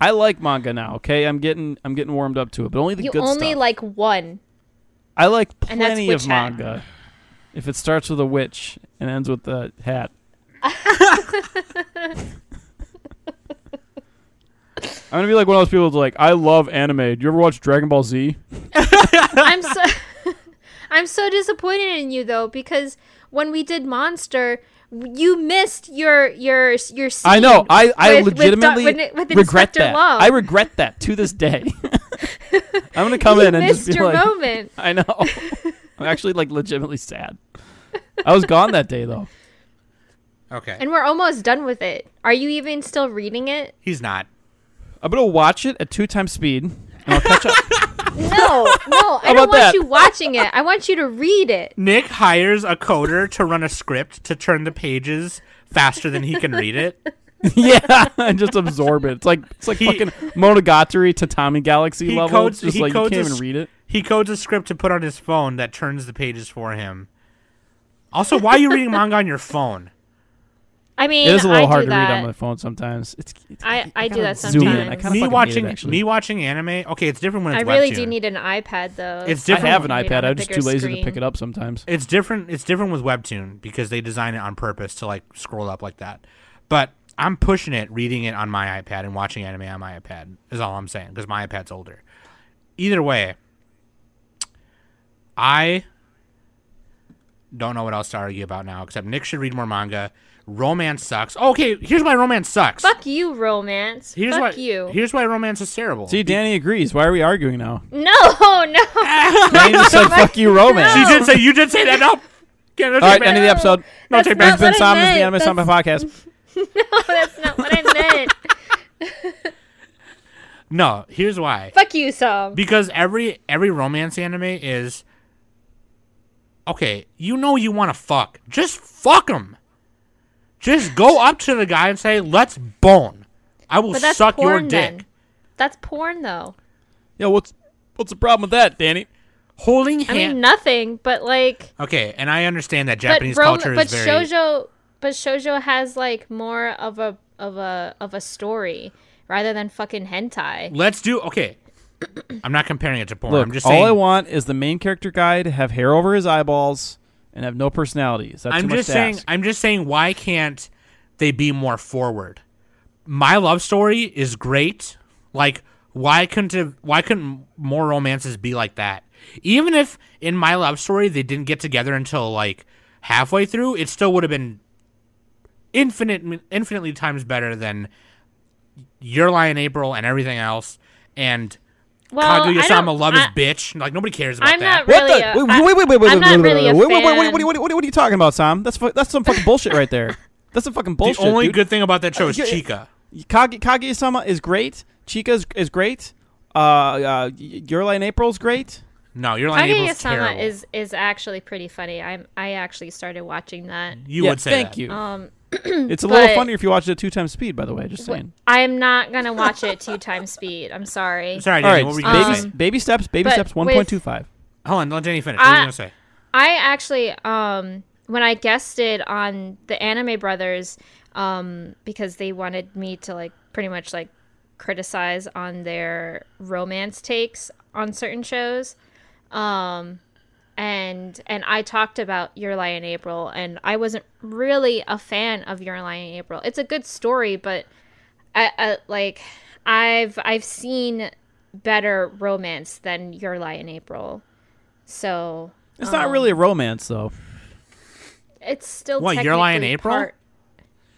Speaker 6: I like manga now. Okay, I'm getting I'm getting warmed up to it, but only the
Speaker 5: you
Speaker 6: good
Speaker 5: only
Speaker 6: stuff.
Speaker 5: like one
Speaker 6: I like
Speaker 5: And that's
Speaker 6: plenty of
Speaker 5: witch hat.
Speaker 6: manga. If it starts with a witch and ends with a hat. I'm gonna be like one of those people that's like, I love anime. Do you ever watch Dragon Ball Z?
Speaker 5: i'm so i'm so disappointed in you though because when we did monster you missed your your your scene
Speaker 6: I know. I, I
Speaker 5: with- with Do-
Speaker 6: legitimately
Speaker 5: with it- with
Speaker 6: regret
Speaker 5: Inspector
Speaker 6: that.
Speaker 5: Love.
Speaker 6: I regret that to this day. I'm gonna come
Speaker 5: you
Speaker 6: in and
Speaker 5: missed
Speaker 6: just be
Speaker 5: your
Speaker 6: like,
Speaker 5: moment
Speaker 6: I know. I'm actually like legitimately sad. I was gone that day though.
Speaker 4: Okay.
Speaker 5: And we're almost done with it. Are you even still reading it?
Speaker 4: He's not.
Speaker 6: I'm gonna watch it at two times speed, and I'll catch up.
Speaker 5: No, no, I
Speaker 6: about
Speaker 5: don't want
Speaker 6: that?
Speaker 5: you watching it. I want you to read it.
Speaker 4: Nick hires a coder to run a script to turn the pages faster than he can read it.
Speaker 6: yeah, and just absorb it. It's like it's like
Speaker 4: He-
Speaker 6: fucking Monogatari Tatami Galaxy
Speaker 4: He
Speaker 6: level.
Speaker 4: codes-
Speaker 6: it's just
Speaker 4: he
Speaker 6: like you
Speaker 4: codes
Speaker 6: can't
Speaker 4: a
Speaker 6: even
Speaker 4: sc-
Speaker 6: read it.
Speaker 4: He codes a script to put on his phone that turns the pages for him. Also, why are you reading manga on your phone?
Speaker 5: I mean,
Speaker 6: It is a little
Speaker 5: I
Speaker 6: hard
Speaker 5: do
Speaker 6: to
Speaker 5: that.
Speaker 6: read on my phone sometimes. It's, it's
Speaker 5: I, I do
Speaker 6: gotta
Speaker 5: that
Speaker 6: zoom in. I
Speaker 5: sometimes.
Speaker 6: kinda
Speaker 4: me
Speaker 6: fucking hate it,
Speaker 4: watching
Speaker 6: actually.
Speaker 4: me watching anime. Okay, it's different when
Speaker 5: I
Speaker 4: it's
Speaker 5: really
Speaker 4: webtoon.
Speaker 5: do need an iPad though.
Speaker 4: It's
Speaker 6: I
Speaker 4: different.
Speaker 6: have an
Speaker 5: Read on
Speaker 6: iPad.
Speaker 5: a
Speaker 6: I'm just too
Speaker 5: bigger
Speaker 6: lazy to
Speaker 5: screen.
Speaker 6: pick it up sometimes.
Speaker 4: It's different. It's different with webtoon because they design it on purpose to like scroll up like that. But I'm pushing it, reading it on my iPad and watching anime on my iPad is all I'm saying because my iPad's older. Either way, I don't know what else to argue about now except Nick should read more manga. Romance sucks. okay, here's why romance sucks.
Speaker 5: Fuck you, romance.
Speaker 4: here's
Speaker 5: Fuck
Speaker 4: why
Speaker 5: you.
Speaker 4: Here's why romance is terrible.
Speaker 6: See, Danny agrees. Why are we arguing now?
Speaker 5: no, no.
Speaker 6: Danny just said, "Fuck you, romance."
Speaker 4: she did say you did say that. No. Get it,
Speaker 6: All right,
Speaker 4: take it
Speaker 6: end of
Speaker 4: back.
Speaker 6: the episode.
Speaker 4: No,
Speaker 5: That's
Speaker 4: take
Speaker 5: not
Speaker 4: back.
Speaker 6: It's been
Speaker 5: what I
Speaker 6: Sam. This is the Anime
Speaker 5: meant.
Speaker 6: Summit podcast.
Speaker 5: That's not what I meant.
Speaker 4: No, here's why.
Speaker 5: Fuck you, Sam.
Speaker 4: because every every romance anime is okay you know you want to fuck just fuck him just go up to the guy and say let's bone i will
Speaker 5: But that's
Speaker 4: suck
Speaker 5: porn
Speaker 4: your dick
Speaker 5: then. That's porn though.
Speaker 6: Yeah, what's what's the problem with that, Danny?
Speaker 4: holding
Speaker 5: I
Speaker 4: hand
Speaker 5: mean nothing, but like
Speaker 4: okay and i understand that japanese
Speaker 5: but rom-
Speaker 4: culture
Speaker 5: but
Speaker 4: is very
Speaker 5: shoujo but shoujo has like more of a of a of a story rather than fucking hentai.
Speaker 4: let's do okay i'm not comparing it to porn
Speaker 6: Look,
Speaker 4: i'm just
Speaker 6: all
Speaker 4: saying
Speaker 6: I want is the main character guy to have hair over his eyeballs and have no personality. Is that
Speaker 4: I'm
Speaker 6: too
Speaker 4: just
Speaker 6: much to
Speaker 4: saying.
Speaker 6: ask?
Speaker 4: I'm just saying. Why can't they be more forward? My love story is great. Like, why couldn't it, why couldn't more romances be like that? Even if in my love story they didn't get together until like halfway through, it still would have been infinite, infinitely times better than your lion April and everything else. And
Speaker 5: Well, I don't-
Speaker 4: Kaguya-sama love his
Speaker 5: I-
Speaker 4: bitch. Like nobody cares about
Speaker 5: I'm
Speaker 4: that.
Speaker 5: not really. a-
Speaker 6: Wait,
Speaker 5: I-
Speaker 6: wait, wait, wait, wait,
Speaker 5: I'm
Speaker 6: wait,
Speaker 5: not
Speaker 6: wait,
Speaker 5: really a
Speaker 6: wait, wait, wait, wait,
Speaker 5: fan.
Speaker 6: wait, what, what, what are you talking about, Sam? That's fu- that's some fucking bullshit right there. That's some fucking bullshit.
Speaker 4: the only
Speaker 6: dude.
Speaker 4: good thing about that show is
Speaker 6: Uh, yeah,
Speaker 4: Chica.
Speaker 6: Kage Kage Sama is great. Chica is, is great. Uh, uh, Yurla in April is great.
Speaker 4: No, your lion April's
Speaker 5: Kaguya-sama
Speaker 4: terrible.
Speaker 5: is is actually pretty funny. I'm I actually started watching that.
Speaker 4: you
Speaker 6: Yeah,
Speaker 4: would say
Speaker 6: thank
Speaker 4: that.
Speaker 6: you.
Speaker 5: Um,
Speaker 6: it's a little
Speaker 5: but-
Speaker 6: funnier if you watch it at two times speed. By the way, just saying.
Speaker 5: I'm not gonna watch it two times speed. I'm sorry.
Speaker 4: Sorry,
Speaker 6: All
Speaker 4: Danny.
Speaker 6: right,
Speaker 4: what were you
Speaker 6: baby,
Speaker 4: gonna
Speaker 6: s-
Speaker 4: say?
Speaker 6: baby steps, baby
Speaker 5: but
Speaker 6: steps,
Speaker 5: with-
Speaker 6: one point two five.
Speaker 4: Hold on, let Danny finish. What were you
Speaker 5: I-
Speaker 4: gonna say?
Speaker 5: I actually, um, when I guested on the Anime Brothers, um, because they wanted me to like pretty much like criticize on their romance takes on certain shows, um, and and I talked about Your Lion April, and I wasn't really a fan of Your Lion April. It's a good story, but I, I, like I've I've seen better romance than Your Lion April, so.
Speaker 6: It's not really
Speaker 5: um,
Speaker 6: a romance though.
Speaker 5: It's still
Speaker 4: What, Your
Speaker 5: technically
Speaker 4: Lie in April?
Speaker 5: part-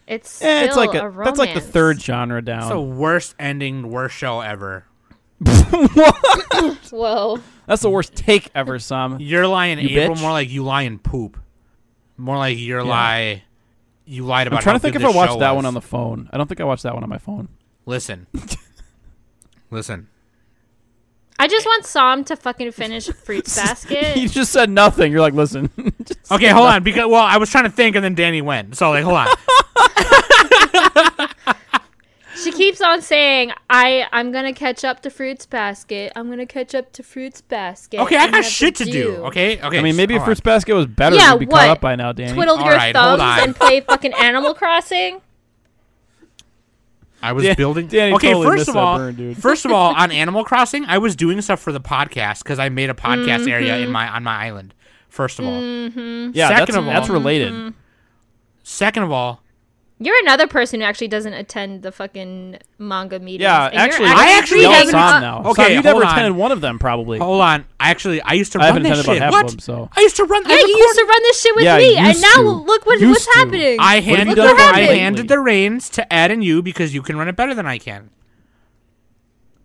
Speaker 5: It's still
Speaker 6: Eh, it's like
Speaker 5: a,
Speaker 6: a,
Speaker 5: romance.
Speaker 6: that's like the third genre down.
Speaker 4: It's the worst ending, worst show ever.
Speaker 5: Whoa,
Speaker 6: that's the worst take ever, Sam.
Speaker 4: Your lie in
Speaker 6: You
Speaker 4: April,
Speaker 6: bitch.
Speaker 4: more like you lie in poop. More like your lie. You lied about.
Speaker 6: I'm trying
Speaker 4: how
Speaker 6: to think
Speaker 4: good
Speaker 6: if I
Speaker 4: this
Speaker 6: watched
Speaker 4: show
Speaker 6: that
Speaker 4: was.
Speaker 6: one on the phone. I don't think I watched that one on my phone.
Speaker 4: Listen, listen.
Speaker 5: I just want Sam to fucking finish Fruits
Speaker 6: you
Speaker 5: Basket.
Speaker 6: just said nothing. You're like, listen. Just-
Speaker 4: Okay, hold on. Because well, I was trying to think, and then Danny went. So like, hold on.
Speaker 5: she keeps on saying, "I I'm gonna catch up to Fruits Basket. I'm gonna catch up to Fruits Basket."
Speaker 4: Okay, I
Speaker 5: have
Speaker 4: got shit to do. Okay, okay.
Speaker 6: I mean, maybe
Speaker 4: hold
Speaker 6: if
Speaker 4: on.
Speaker 6: Fruits Basket was better,
Speaker 5: Yeah,
Speaker 6: you'd be
Speaker 5: what?
Speaker 6: caught up by now, Danny.
Speaker 5: Twiddle
Speaker 4: All
Speaker 5: your
Speaker 4: right, hold
Speaker 5: thumbs
Speaker 4: on.
Speaker 5: and play fucking Animal Crossing.
Speaker 4: I was
Speaker 6: Dan-
Speaker 4: building.
Speaker 6: Danny
Speaker 4: okay,
Speaker 6: totally
Speaker 4: first
Speaker 6: missed
Speaker 4: of
Speaker 6: that
Speaker 4: all,
Speaker 6: burn, dude.
Speaker 4: first of all, on Animal Crossing, I was doing stuff for the podcast because I made a podcast
Speaker 6: Mm-hmm.
Speaker 4: area in my on my island. First of all,
Speaker 6: Yeah, that's,
Speaker 4: Second of all-
Speaker 6: that's related.
Speaker 5: Mm-hmm.
Speaker 4: second of all,
Speaker 5: You're another person who actually doesn't attend the fucking manga meetings.
Speaker 6: Yeah,
Speaker 5: and you're
Speaker 4: I
Speaker 6: actually, I
Speaker 4: actually
Speaker 6: actually
Speaker 5: reading
Speaker 4: haven't-
Speaker 5: up-
Speaker 6: Sam now.
Speaker 4: Okay,
Speaker 6: Sam, you
Speaker 4: hold
Speaker 6: never
Speaker 4: on.
Speaker 6: attended one of them, probably.
Speaker 4: Hold on. I actually I used to
Speaker 6: I
Speaker 4: run
Speaker 6: haven't
Speaker 4: that
Speaker 6: attended
Speaker 4: shit.
Speaker 6: about half
Speaker 4: what?
Speaker 6: of them, so
Speaker 4: I used to run.
Speaker 5: Yeah,
Speaker 4: I
Speaker 5: you
Speaker 4: record-
Speaker 5: used to run this shit with
Speaker 6: Yeah,
Speaker 5: me,
Speaker 6: you
Speaker 5: and
Speaker 6: used
Speaker 5: now
Speaker 6: to.
Speaker 5: look what,
Speaker 6: Used
Speaker 5: what's
Speaker 6: to.
Speaker 5: happening.
Speaker 4: I
Speaker 6: have
Speaker 4: handed
Speaker 6: you done
Speaker 4: I
Speaker 6: lately?
Speaker 4: handed the reins to Ed and you because you can run it better than I can.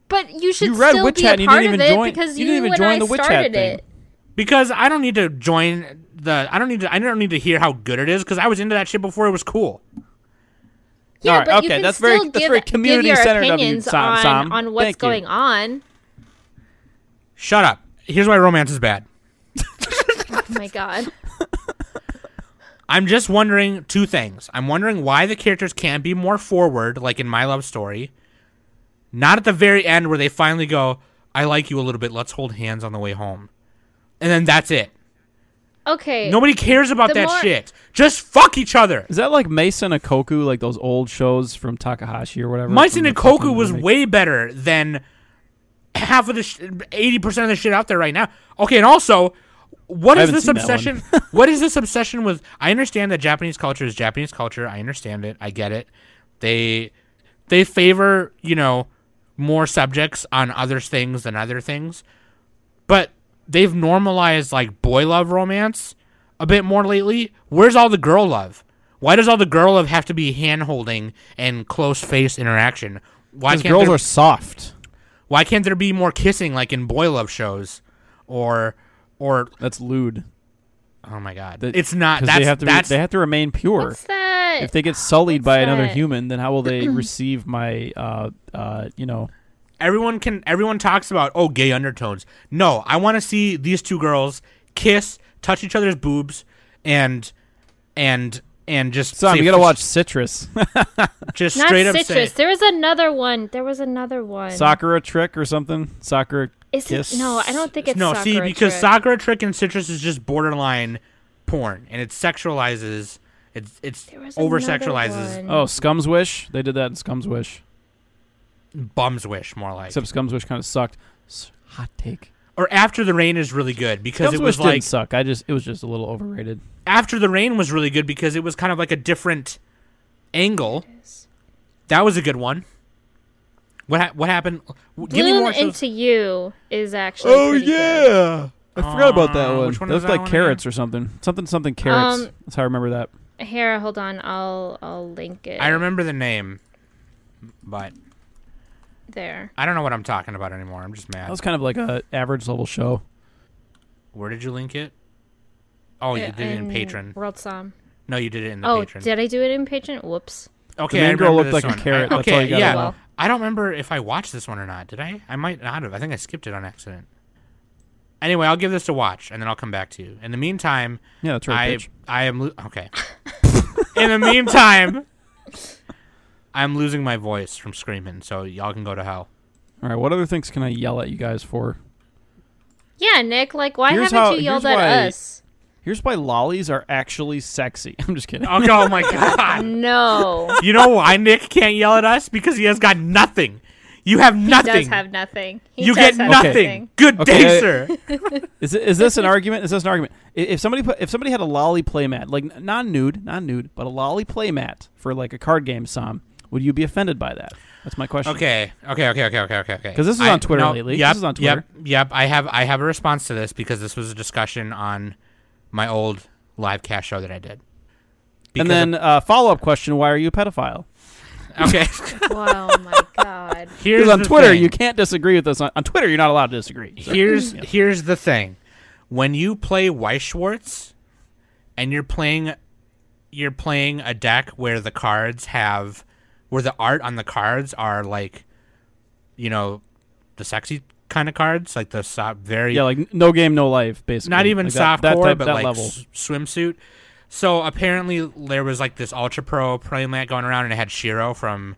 Speaker 5: But you should
Speaker 6: You read
Speaker 5: still
Speaker 6: Witch
Speaker 5: be
Speaker 6: Hat
Speaker 5: a
Speaker 6: and you
Speaker 5: part
Speaker 6: didn't
Speaker 5: of
Speaker 6: even
Speaker 5: it
Speaker 6: join-
Speaker 5: because
Speaker 6: you
Speaker 5: you,
Speaker 6: didn't even
Speaker 5: and
Speaker 6: join
Speaker 5: I
Speaker 6: the Witch Hat
Speaker 5: started
Speaker 6: thing.
Speaker 5: it.
Speaker 4: Because I don't need to join the I don't need to I don't need to hear how good it is because I was into that shit before it was cool.
Speaker 5: Yeah,
Speaker 6: All right,
Speaker 5: but
Speaker 6: okay,
Speaker 5: you can
Speaker 6: that's
Speaker 5: still
Speaker 6: very-
Speaker 5: give,
Speaker 6: that's very
Speaker 5: give your
Speaker 6: community-centered of you,
Speaker 5: opinions
Speaker 6: Sam-
Speaker 5: on,
Speaker 6: Sam.
Speaker 5: on what's
Speaker 6: Thank you.
Speaker 5: going on.
Speaker 4: Shut up. Here's why romance is bad.
Speaker 5: Oh my god.
Speaker 4: I'm just wondering two things. I'm wondering why the characters can't be more forward, like in My Love Story. Not at the very end where they finally go, I like you a little bit, let's hold hands on the way home. And then that's it.
Speaker 5: Okay.
Speaker 4: Nobody cares about
Speaker 5: The
Speaker 4: that
Speaker 5: more-
Speaker 4: shit. Just fuck each other.
Speaker 6: Is that like Mason and Koku, like those old shows from Takahashi or whatever?
Speaker 4: Mice
Speaker 6: from the
Speaker 4: and Koku
Speaker 6: fucking
Speaker 4: was
Speaker 6: remake?
Speaker 4: way better than half of the sh- 80% of the shit out there right now. Okay, and also, what
Speaker 6: I
Speaker 4: is
Speaker 6: haven't
Speaker 4: this
Speaker 6: seen that one.
Speaker 4: obsession? what is this obsession with I understand that Japanese culture is Japanese culture. I understand it. I get it. They they favor, you know, more subjects on other things than other things. But they've normalized like boy love romance a bit more lately. Where's all the girl love? Why does all the girl love have to be hand holding and close face interaction? Why
Speaker 6: 'Cause
Speaker 4: can't
Speaker 6: girls
Speaker 4: there,
Speaker 6: are soft.
Speaker 4: why can't there be more kissing like in boy love shows, or or
Speaker 6: That's lewd.
Speaker 4: oh my god,
Speaker 6: That-
Speaker 4: it's not
Speaker 6: 'cause
Speaker 4: that's
Speaker 6: they have to be-
Speaker 4: that's
Speaker 6: they have to remain pure.
Speaker 5: What's that?
Speaker 6: If they get sullied by another
Speaker 5: that?
Speaker 6: human, then how will they receive my, uh, uh, you know,
Speaker 4: everyone can everyone talks about oh gay undertones. No, I want to see these two girls kiss, touch each other's boobs, and and and just
Speaker 6: son?
Speaker 4: say-
Speaker 6: You gotta watch Citrus,
Speaker 4: just
Speaker 5: Not
Speaker 4: straight up
Speaker 5: citrus.
Speaker 4: say
Speaker 5: There was another one. There was another one.
Speaker 6: Sakura trick or something. Sakura
Speaker 5: Is
Speaker 6: kiss.
Speaker 5: it? No, I don't think it's
Speaker 4: no,
Speaker 5: Sakura
Speaker 4: see, because
Speaker 5: Trick.
Speaker 4: Sakura Trick and Citrus is just borderline porn, and it sexualizes, it's it's
Speaker 5: There was another
Speaker 4: over sexualizes
Speaker 5: one.
Speaker 6: Oh, Scum's Wish. They did that in Scum's Wish.
Speaker 4: bums wish more like.
Speaker 6: Except Scum's Wish kind of sucked. S- Hot take.
Speaker 4: or after the rain is really good because
Speaker 6: Scum's
Speaker 4: it was
Speaker 6: Wish
Speaker 4: like
Speaker 6: didn't suck. I just it was just a little overrated.
Speaker 4: after the rain was really good because it was kind of like a different angle. That was a good one. What ha- what happened? w- Give me
Speaker 5: Bloom
Speaker 4: more. shows.
Speaker 5: into you is actually.
Speaker 6: Oh,
Speaker 5: pretty good.
Speaker 6: I forgot about that
Speaker 4: Uh,
Speaker 6: one.
Speaker 4: which one
Speaker 6: that
Speaker 4: was
Speaker 6: was
Speaker 4: that
Speaker 6: like
Speaker 4: one
Speaker 6: carrots or something. Something something carrots.
Speaker 5: Um,
Speaker 6: That's how I remember that.
Speaker 5: Here, hold on. I'll I'll link it.
Speaker 4: I remember the name, but
Speaker 5: there.
Speaker 4: I don't know what I'm talking about anymore. I'm just mad.
Speaker 6: That was kind of like a average level show.
Speaker 4: Where did you link it? Oh, you
Speaker 5: Uh,
Speaker 4: did it in Patron.
Speaker 5: World Psalm.
Speaker 4: No, you did it in the
Speaker 5: Oh,
Speaker 4: Patron.
Speaker 5: did I do it in Patron? Whoops.
Speaker 4: Okay,
Speaker 6: The main
Speaker 4: I
Speaker 6: girl
Speaker 4: remember
Speaker 6: looked
Speaker 4: this
Speaker 6: like a
Speaker 4: one.
Speaker 6: carrot,
Speaker 4: I,
Speaker 6: that's all
Speaker 4: okay,
Speaker 6: you gotta
Speaker 4: yeah.
Speaker 5: know.
Speaker 4: I don't remember if I watched this one or not. Did I? I might not have. I think I skipped it on accident. Anyway, I'll give this a watch and then I'll come back to you. In the meantime,
Speaker 6: Yeah, that's
Speaker 4: I
Speaker 6: right. bitch.
Speaker 4: I am lo- okay. In the meantime, I'm losing my voice from screaming, so y'all can go to hell.
Speaker 6: All right, what other things can I yell at you guys for?
Speaker 5: Yeah, Nick. Like, why
Speaker 6: Here's
Speaker 5: haven't
Speaker 6: how-
Speaker 5: you yelled
Speaker 6: here's
Speaker 5: at
Speaker 6: why-
Speaker 5: us?
Speaker 6: Here's why lollies are actually sexy. I'm just kidding.
Speaker 4: Oh, oh my god!
Speaker 5: No.
Speaker 4: You know why Nick can't yell at us because he has got nothing. You have nothing.
Speaker 5: Does have nothing. He
Speaker 4: you
Speaker 5: does
Speaker 4: get
Speaker 5: have
Speaker 4: nothing. Good
Speaker 6: Okay.
Speaker 4: day, sir.
Speaker 6: Is, it- is this an argument? Is this an argument? I- If somebody put, if somebody had a lolly playmat, like non nude, non nude, but a lolly playmat for like a card game, Sam, would you be offended by that? That's my question.
Speaker 4: Okay. Okay. Okay. Okay. Okay. Okay. Okay.
Speaker 6: 'Cause this is
Speaker 4: I-
Speaker 6: on Twitter lately. This
Speaker 4: Yep,
Speaker 6: is on
Speaker 4: Yep. Yep. I have I have a response to this because this was a discussion on my old live cast show that I did.
Speaker 6: and then uh, follow up question: Why are you a pedophile?
Speaker 4: okay.
Speaker 5: Wow, oh my god.
Speaker 4: Here's
Speaker 6: Because on
Speaker 4: the
Speaker 6: Twitter
Speaker 4: thing.
Speaker 6: you can't disagree with us. On, on Twitter you're not allowed to disagree. So-
Speaker 4: Here's here's the thing. When you play Weiss Schwartz and you're playing you're playing a deck where the cards have where the art on the cards are like you know the sexy kind of cards like the so- very
Speaker 6: yeah, like n- no game, no life, basically.
Speaker 4: not even
Speaker 6: like
Speaker 4: soft
Speaker 6: that, that
Speaker 4: softcore,
Speaker 6: type-
Speaker 4: but
Speaker 6: that
Speaker 4: like
Speaker 6: level.
Speaker 4: s- swimsuit. So apparently there was like this ultra pro playing mat going around, and it had Shiro from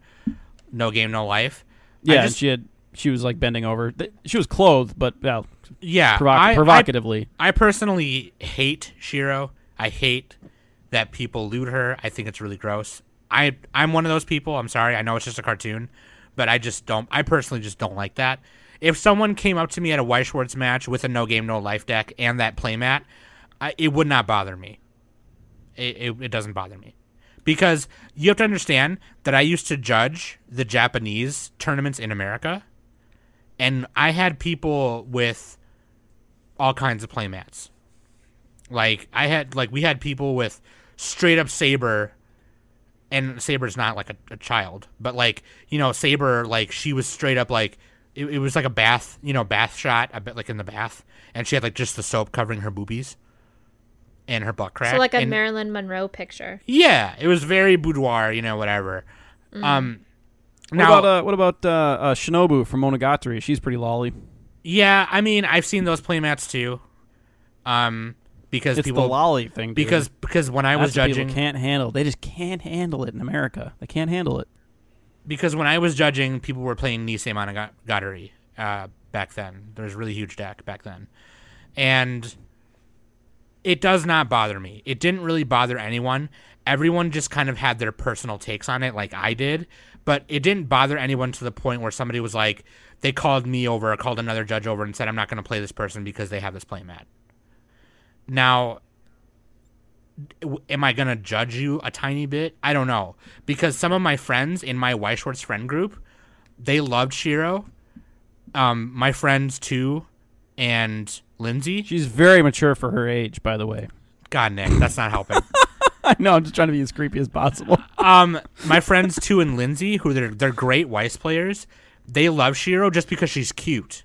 Speaker 4: No Game No Life. I
Speaker 6: yeah, and
Speaker 4: just-
Speaker 6: she had she was like bending over. Th- She was clothed, but well,
Speaker 4: yeah,
Speaker 6: provoc-
Speaker 4: I- I-
Speaker 6: provocatively.
Speaker 4: I, personally hate Shiro. I hate that people loot her. I think it's really gross. I I'm one of those people. I'm sorry. I know it's just a cartoon, but I just don't. I personally just don't like that. If someone came up to me at a Weiss Schwartz match with a No Game No Life deck and that playmat, I, it would not bother me. it, it, it doesn't bother me because you have to understand that I used to judge the Japanese tournaments in America, and I had people with all kinds of playmats. Like I had, like we had people with straight up saber, and saber's not like a, a child, but like you know, saber like she was straight up like it, it was like a bath, you know, bath shot, a bit like in the bath, and she had like just the soap covering her boobies and her butt crack.
Speaker 5: So like a
Speaker 4: and-
Speaker 5: Marilyn Monroe picture.
Speaker 4: yeah, it was very boudoir, you know, whatever. Um, now,
Speaker 5: Mm.
Speaker 6: uh, what about uh, what about uh, uh, Shinobu from Monogatari? She's pretty lolly.
Speaker 4: Yeah, I mean, I've seen those playmats too. Um, because
Speaker 6: It's
Speaker 4: people
Speaker 6: the lolly thing. dude.
Speaker 4: because because when I was
Speaker 6: That's what
Speaker 4: judging
Speaker 6: people can't handle. They just can't handle it in America. They can't handle it.
Speaker 4: because when I was judging, people were playing Nisei Monogatari uh, back then. There was a really huge deck back then, and it does not bother me. It didn't really bother anyone. Everyone just kind of had their personal takes on it, like I did, but it didn't bother anyone to the point where somebody was like, they called me over, called another judge over, and said, "I'm not going to play this person because they have this playmat." Now, w- am I gonna judge you a tiny bit? I don't know because some of my friends in my Y Shorts friend group, they loved Shiro. Um, my friends too, and Lindsay.
Speaker 6: She's very mature for her age, by the way.
Speaker 4: God, Nick, that's not helping.
Speaker 6: I know. I'm just trying to be as creepy as possible.
Speaker 4: um, my friends too and Lindsay, who they're they're great Weiss players, they love Shiro just because she's cute.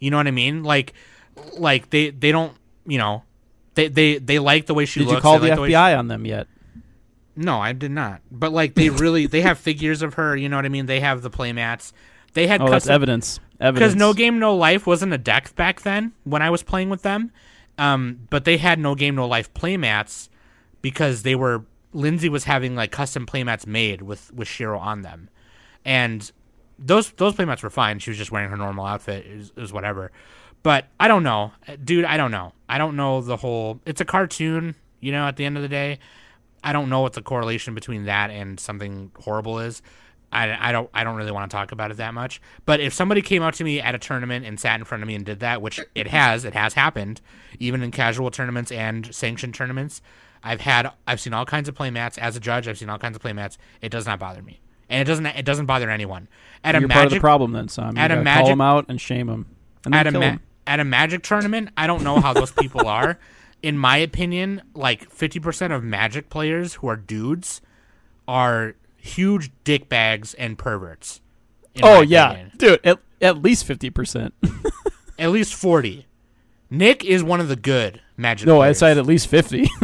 Speaker 4: You know what I mean? Like, like they they don't you know. They, they, they like the way she
Speaker 6: Did
Speaker 4: looks.
Speaker 6: you call
Speaker 4: they
Speaker 6: the
Speaker 4: like way she-
Speaker 6: FBI on them yet?
Speaker 4: No, I did not. But like they really they have figures of her, you know what I mean? They have the playmats. They had
Speaker 6: Oh, that's
Speaker 4: custom
Speaker 6: evidence. Evidence.
Speaker 4: because No Game No Life wasn't a deck back then when I was playing with them. Um, but they had No Game No Life playmats because they were Lindsay was having like custom playmats made with with Shiro on them, and those those playmats were fine. She was just wearing her normal outfit. It was, it was whatever. But I don't know, dude. I don't know. I don't know the whole. It's a cartoon, you know. At the end of the day, I don't know what the correlation between that and something horrible is. I, I don't I don't really want to talk about it that much. But if somebody came up to me at a tournament and sat in front of me and did that, which it has, it has happened, even in casual tournaments and sanctioned tournaments, I've had I've seen all kinds of playmats as a judge. I've seen all kinds of playmats. It does not bother me, and it doesn't it doesn't bother anyone. At
Speaker 6: You're
Speaker 4: a
Speaker 6: part of the
Speaker 4: magic
Speaker 6: problem then, Sam. You
Speaker 4: at a
Speaker 6: gotta call
Speaker 4: magic-
Speaker 6: them out and shame them. And then
Speaker 4: at a
Speaker 6: kill
Speaker 4: ma-
Speaker 6: 'em.
Speaker 4: at a magic tournament, I don't know how those people are. In my opinion, like fifty percent of magic players who are dudes are huge dickbags and perverts. in my
Speaker 6: Oh yeah,
Speaker 4: opinion.
Speaker 6: dude. At, at least fifty percent.
Speaker 4: at least forty. Nick is one of the good magic.
Speaker 6: No, I
Speaker 4: players.
Speaker 6: said at least fifty.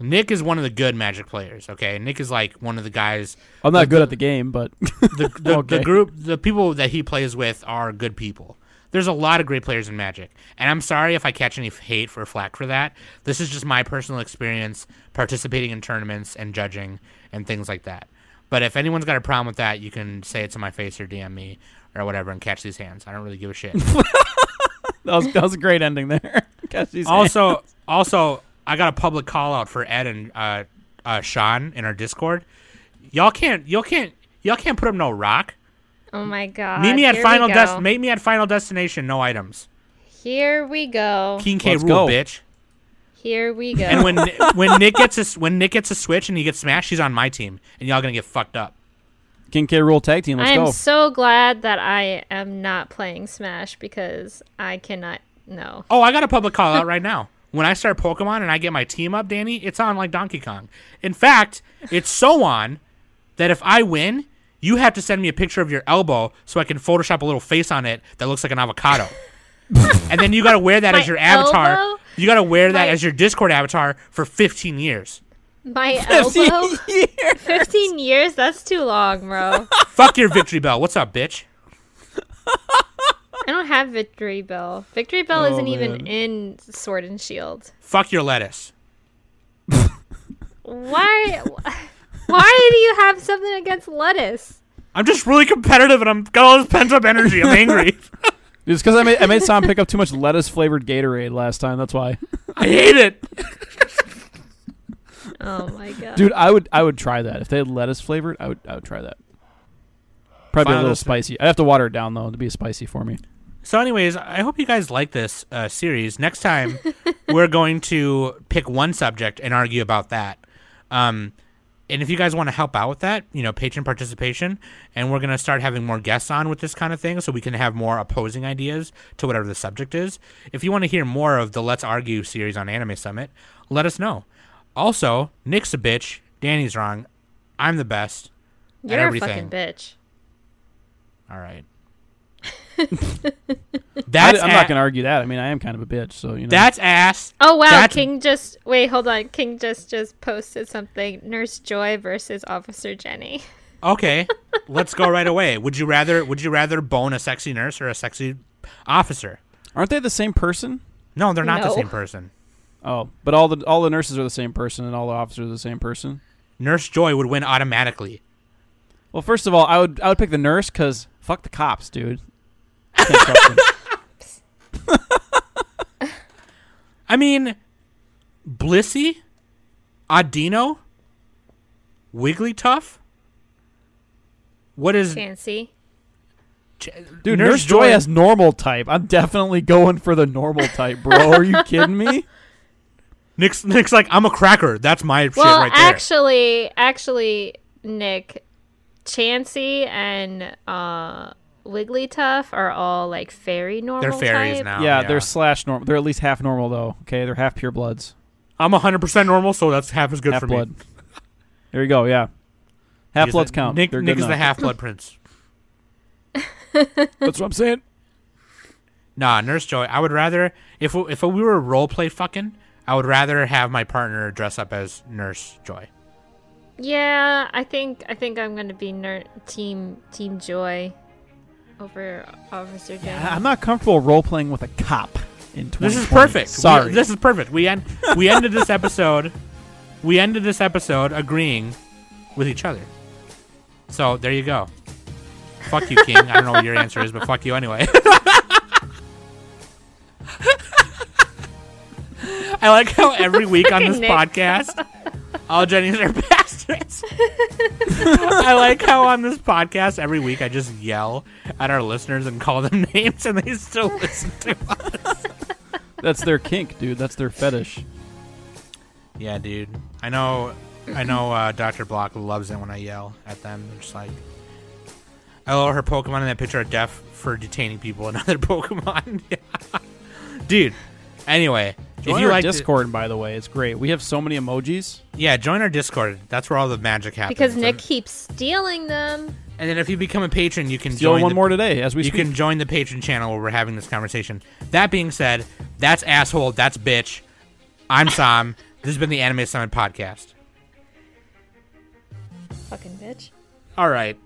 Speaker 4: Nick is one of the good magic players. Okay, Nick is like one of the guys
Speaker 6: I'm not good at the game, but
Speaker 4: the, the,
Speaker 6: Okay.
Speaker 4: the group the people that he plays with are good people there's a lot of great players in magic and i'm sorry if i catch any f- hate for flack for that this is just my personal experience participating in tournaments and judging and things like that but if anyone's got a problem with that you can say it to my face or dm me or whatever and catch these hands i don't really give a shit
Speaker 6: that was that was a great ending there. Gosh, he's-
Speaker 4: also also i got a public call out for ed and uh, uh, sean in our discord y'all can't y'all can't y'all can't put up no rock
Speaker 5: Oh my god.
Speaker 4: Meet me at
Speaker 5: Here
Speaker 4: Final
Speaker 5: we
Speaker 4: Des-
Speaker 5: go.
Speaker 4: Meet me at Final Destination. No items.
Speaker 5: Here we go.
Speaker 4: King K
Speaker 6: Let's
Speaker 4: rule,
Speaker 6: go.
Speaker 4: bitch.
Speaker 5: Here we go.
Speaker 4: And when when Nick gets a when Nick gets a switch and he gets smashed, he's on my team, and y'all gonna get fucked up.
Speaker 6: King K rule tag team. Let's
Speaker 5: I am
Speaker 6: go.
Speaker 5: so glad that I am not playing Smash because I cannot. No.
Speaker 4: Oh, I got a public call out right now. When I start Pokemon and I get my team up, Danny, it's on like Donkey Kong. In fact, it's so on that if I win, you have to send me a picture of your elbow so I can Photoshop a little face on it that looks like an avocado. and then you gotta wear that as
Speaker 5: My
Speaker 4: your avatar.
Speaker 5: elbow?
Speaker 4: You gotta wear that
Speaker 5: My-
Speaker 4: as your Discord avatar for 15 years.
Speaker 5: My elbow. 15 years? That's too long, bro.
Speaker 4: Fuck your victory bell. What's up, bitch?
Speaker 5: I don't have Victory Bell. Victory Bell
Speaker 6: Oh,
Speaker 5: isn't even
Speaker 6: man.
Speaker 5: in Sword and Shield.
Speaker 4: Fuck your lettuce.
Speaker 5: Why? Why do you have something against lettuce?
Speaker 4: I'm just really competitive and I'm got all this pent up energy. I'm angry.
Speaker 6: It's because I made I made Sam pick up too much lettuce flavored Gatorade last time. That's why,
Speaker 4: I hate it.
Speaker 5: Oh my god.
Speaker 6: dude. I would I would try that if they had lettuce flavored. I would I would try that. Probably
Speaker 4: Final
Speaker 6: a little
Speaker 4: Destin-
Speaker 6: spicy. I'd have to water it down though to be spicy for me.
Speaker 4: So, anyways, I hope you guys like this uh, series. Next time, we're going to pick one subject and argue about that. Um, and if you guys want to help out with that, you know, patron participation, and we're going to start having more guests on with this kind of thing so we can have more opposing ideas to whatever the subject is. If you want to hear more of the Let's Argue series on Anime Summit, let us know. Also, Nick's a bitch, Danny's wrong, I'm the best. at
Speaker 5: You're a
Speaker 4: everything.
Speaker 5: fucking bitch.
Speaker 4: All right.
Speaker 6: I,
Speaker 4: That's
Speaker 6: am not
Speaker 4: a-
Speaker 6: gonna argue that. I mean, I am kind of a bitch, so you know.
Speaker 4: That's ass.
Speaker 5: Oh wow,
Speaker 4: That's-
Speaker 5: King just wait, hold on. King just just posted something. Nurse Joy versus Officer Jenny.
Speaker 4: Okay, let's go right away. Would you rather? Would you rather bone a sexy nurse or a sexy officer.
Speaker 6: Aren't they the same person?
Speaker 4: No, they're not the
Speaker 2: No.
Speaker 4: same person.
Speaker 6: Oh, but all the all the nurses are the same person and all the officers are the same person.
Speaker 4: Nurse Joy would win automatically.
Speaker 6: Well, first of all, I would I would pick the nurse because fuck the cops, dude. Can't trust them.
Speaker 4: I mean, Blissey, Audino, Wigglytuff. What is
Speaker 5: Chancy.
Speaker 4: Ch-
Speaker 6: Dude, Nurse, Joy has normal type. I'm definitely going for the normal type, bro. Are you kidding me?
Speaker 4: Nick's, Nick's like I'm a cracker. That's my shit
Speaker 5: Well,
Speaker 4: right there.
Speaker 5: actually, actually, Nick, Chansey and uh, Wigglytuff are all like fairy normal.
Speaker 4: they're fairies
Speaker 5: type.
Speaker 4: now.
Speaker 6: yeah, they're slash normal. They're at least half normal though. Okay, they're half pure bloods,
Speaker 4: I'm 100 percent normal, so that's half as good
Speaker 6: half
Speaker 4: for
Speaker 6: blood.
Speaker 4: me.
Speaker 6: There you go. Yeah, half
Speaker 4: He's
Speaker 6: bloods
Speaker 4: like,
Speaker 6: count.
Speaker 4: Nick,
Speaker 6: They're
Speaker 4: Nick
Speaker 6: good
Speaker 4: is the
Speaker 6: enough.
Speaker 4: half blood prince.
Speaker 6: That's what I'm saying.
Speaker 4: Nah, Nurse Joy. I would rather if we- if we were role play fucking, I would rather have my partner dress up as Nurse Joy.
Speaker 5: Yeah, I think I think I'm gonna be ner- team Team Joy over Officer Joy.
Speaker 6: I'm not comfortable role playing with a cop in 2020.
Speaker 4: This is perfect. We-
Speaker 6: Sorry,
Speaker 4: this is perfect. We end we ended this episode. We ended this episode agreeing with each other. So there you go. Fuck you, King. I don't know what your answer is, but fuck you anyway. I like how every week on this
Speaker 5: Nick.
Speaker 4: podcast, all Jennies are bastards. I like how on this podcast every week I just yell at our listeners and call them names, and they still listen to us.
Speaker 6: that's their kink, dude. That's their fetish.
Speaker 4: Yeah, dude. I know. I know. Uh, Doctor Block loves it when I yell at them. They're just like, I love her Pokemon in that picture are deaf for detaining people and other Pokemon. Yeah. dude. Anyway,
Speaker 6: Join
Speaker 4: if you
Speaker 6: our
Speaker 4: like,
Speaker 6: Discord, by the way, it's great. We have so many emojis.
Speaker 4: yeah, join our Discord. That's where all the magic happens.
Speaker 5: because
Speaker 4: And-
Speaker 5: Nick keeps stealing them.
Speaker 4: and then if you become a patron, you can
Speaker 6: Still
Speaker 4: join
Speaker 6: one
Speaker 4: the,
Speaker 6: more today as we
Speaker 4: you
Speaker 6: speak.
Speaker 4: can join the patron channel where we're having this conversation. That being said, that's asshole. That's bitch. I'm Sam. this has been the Anime Summit podcast.
Speaker 5: Fucking bitch.
Speaker 4: All right.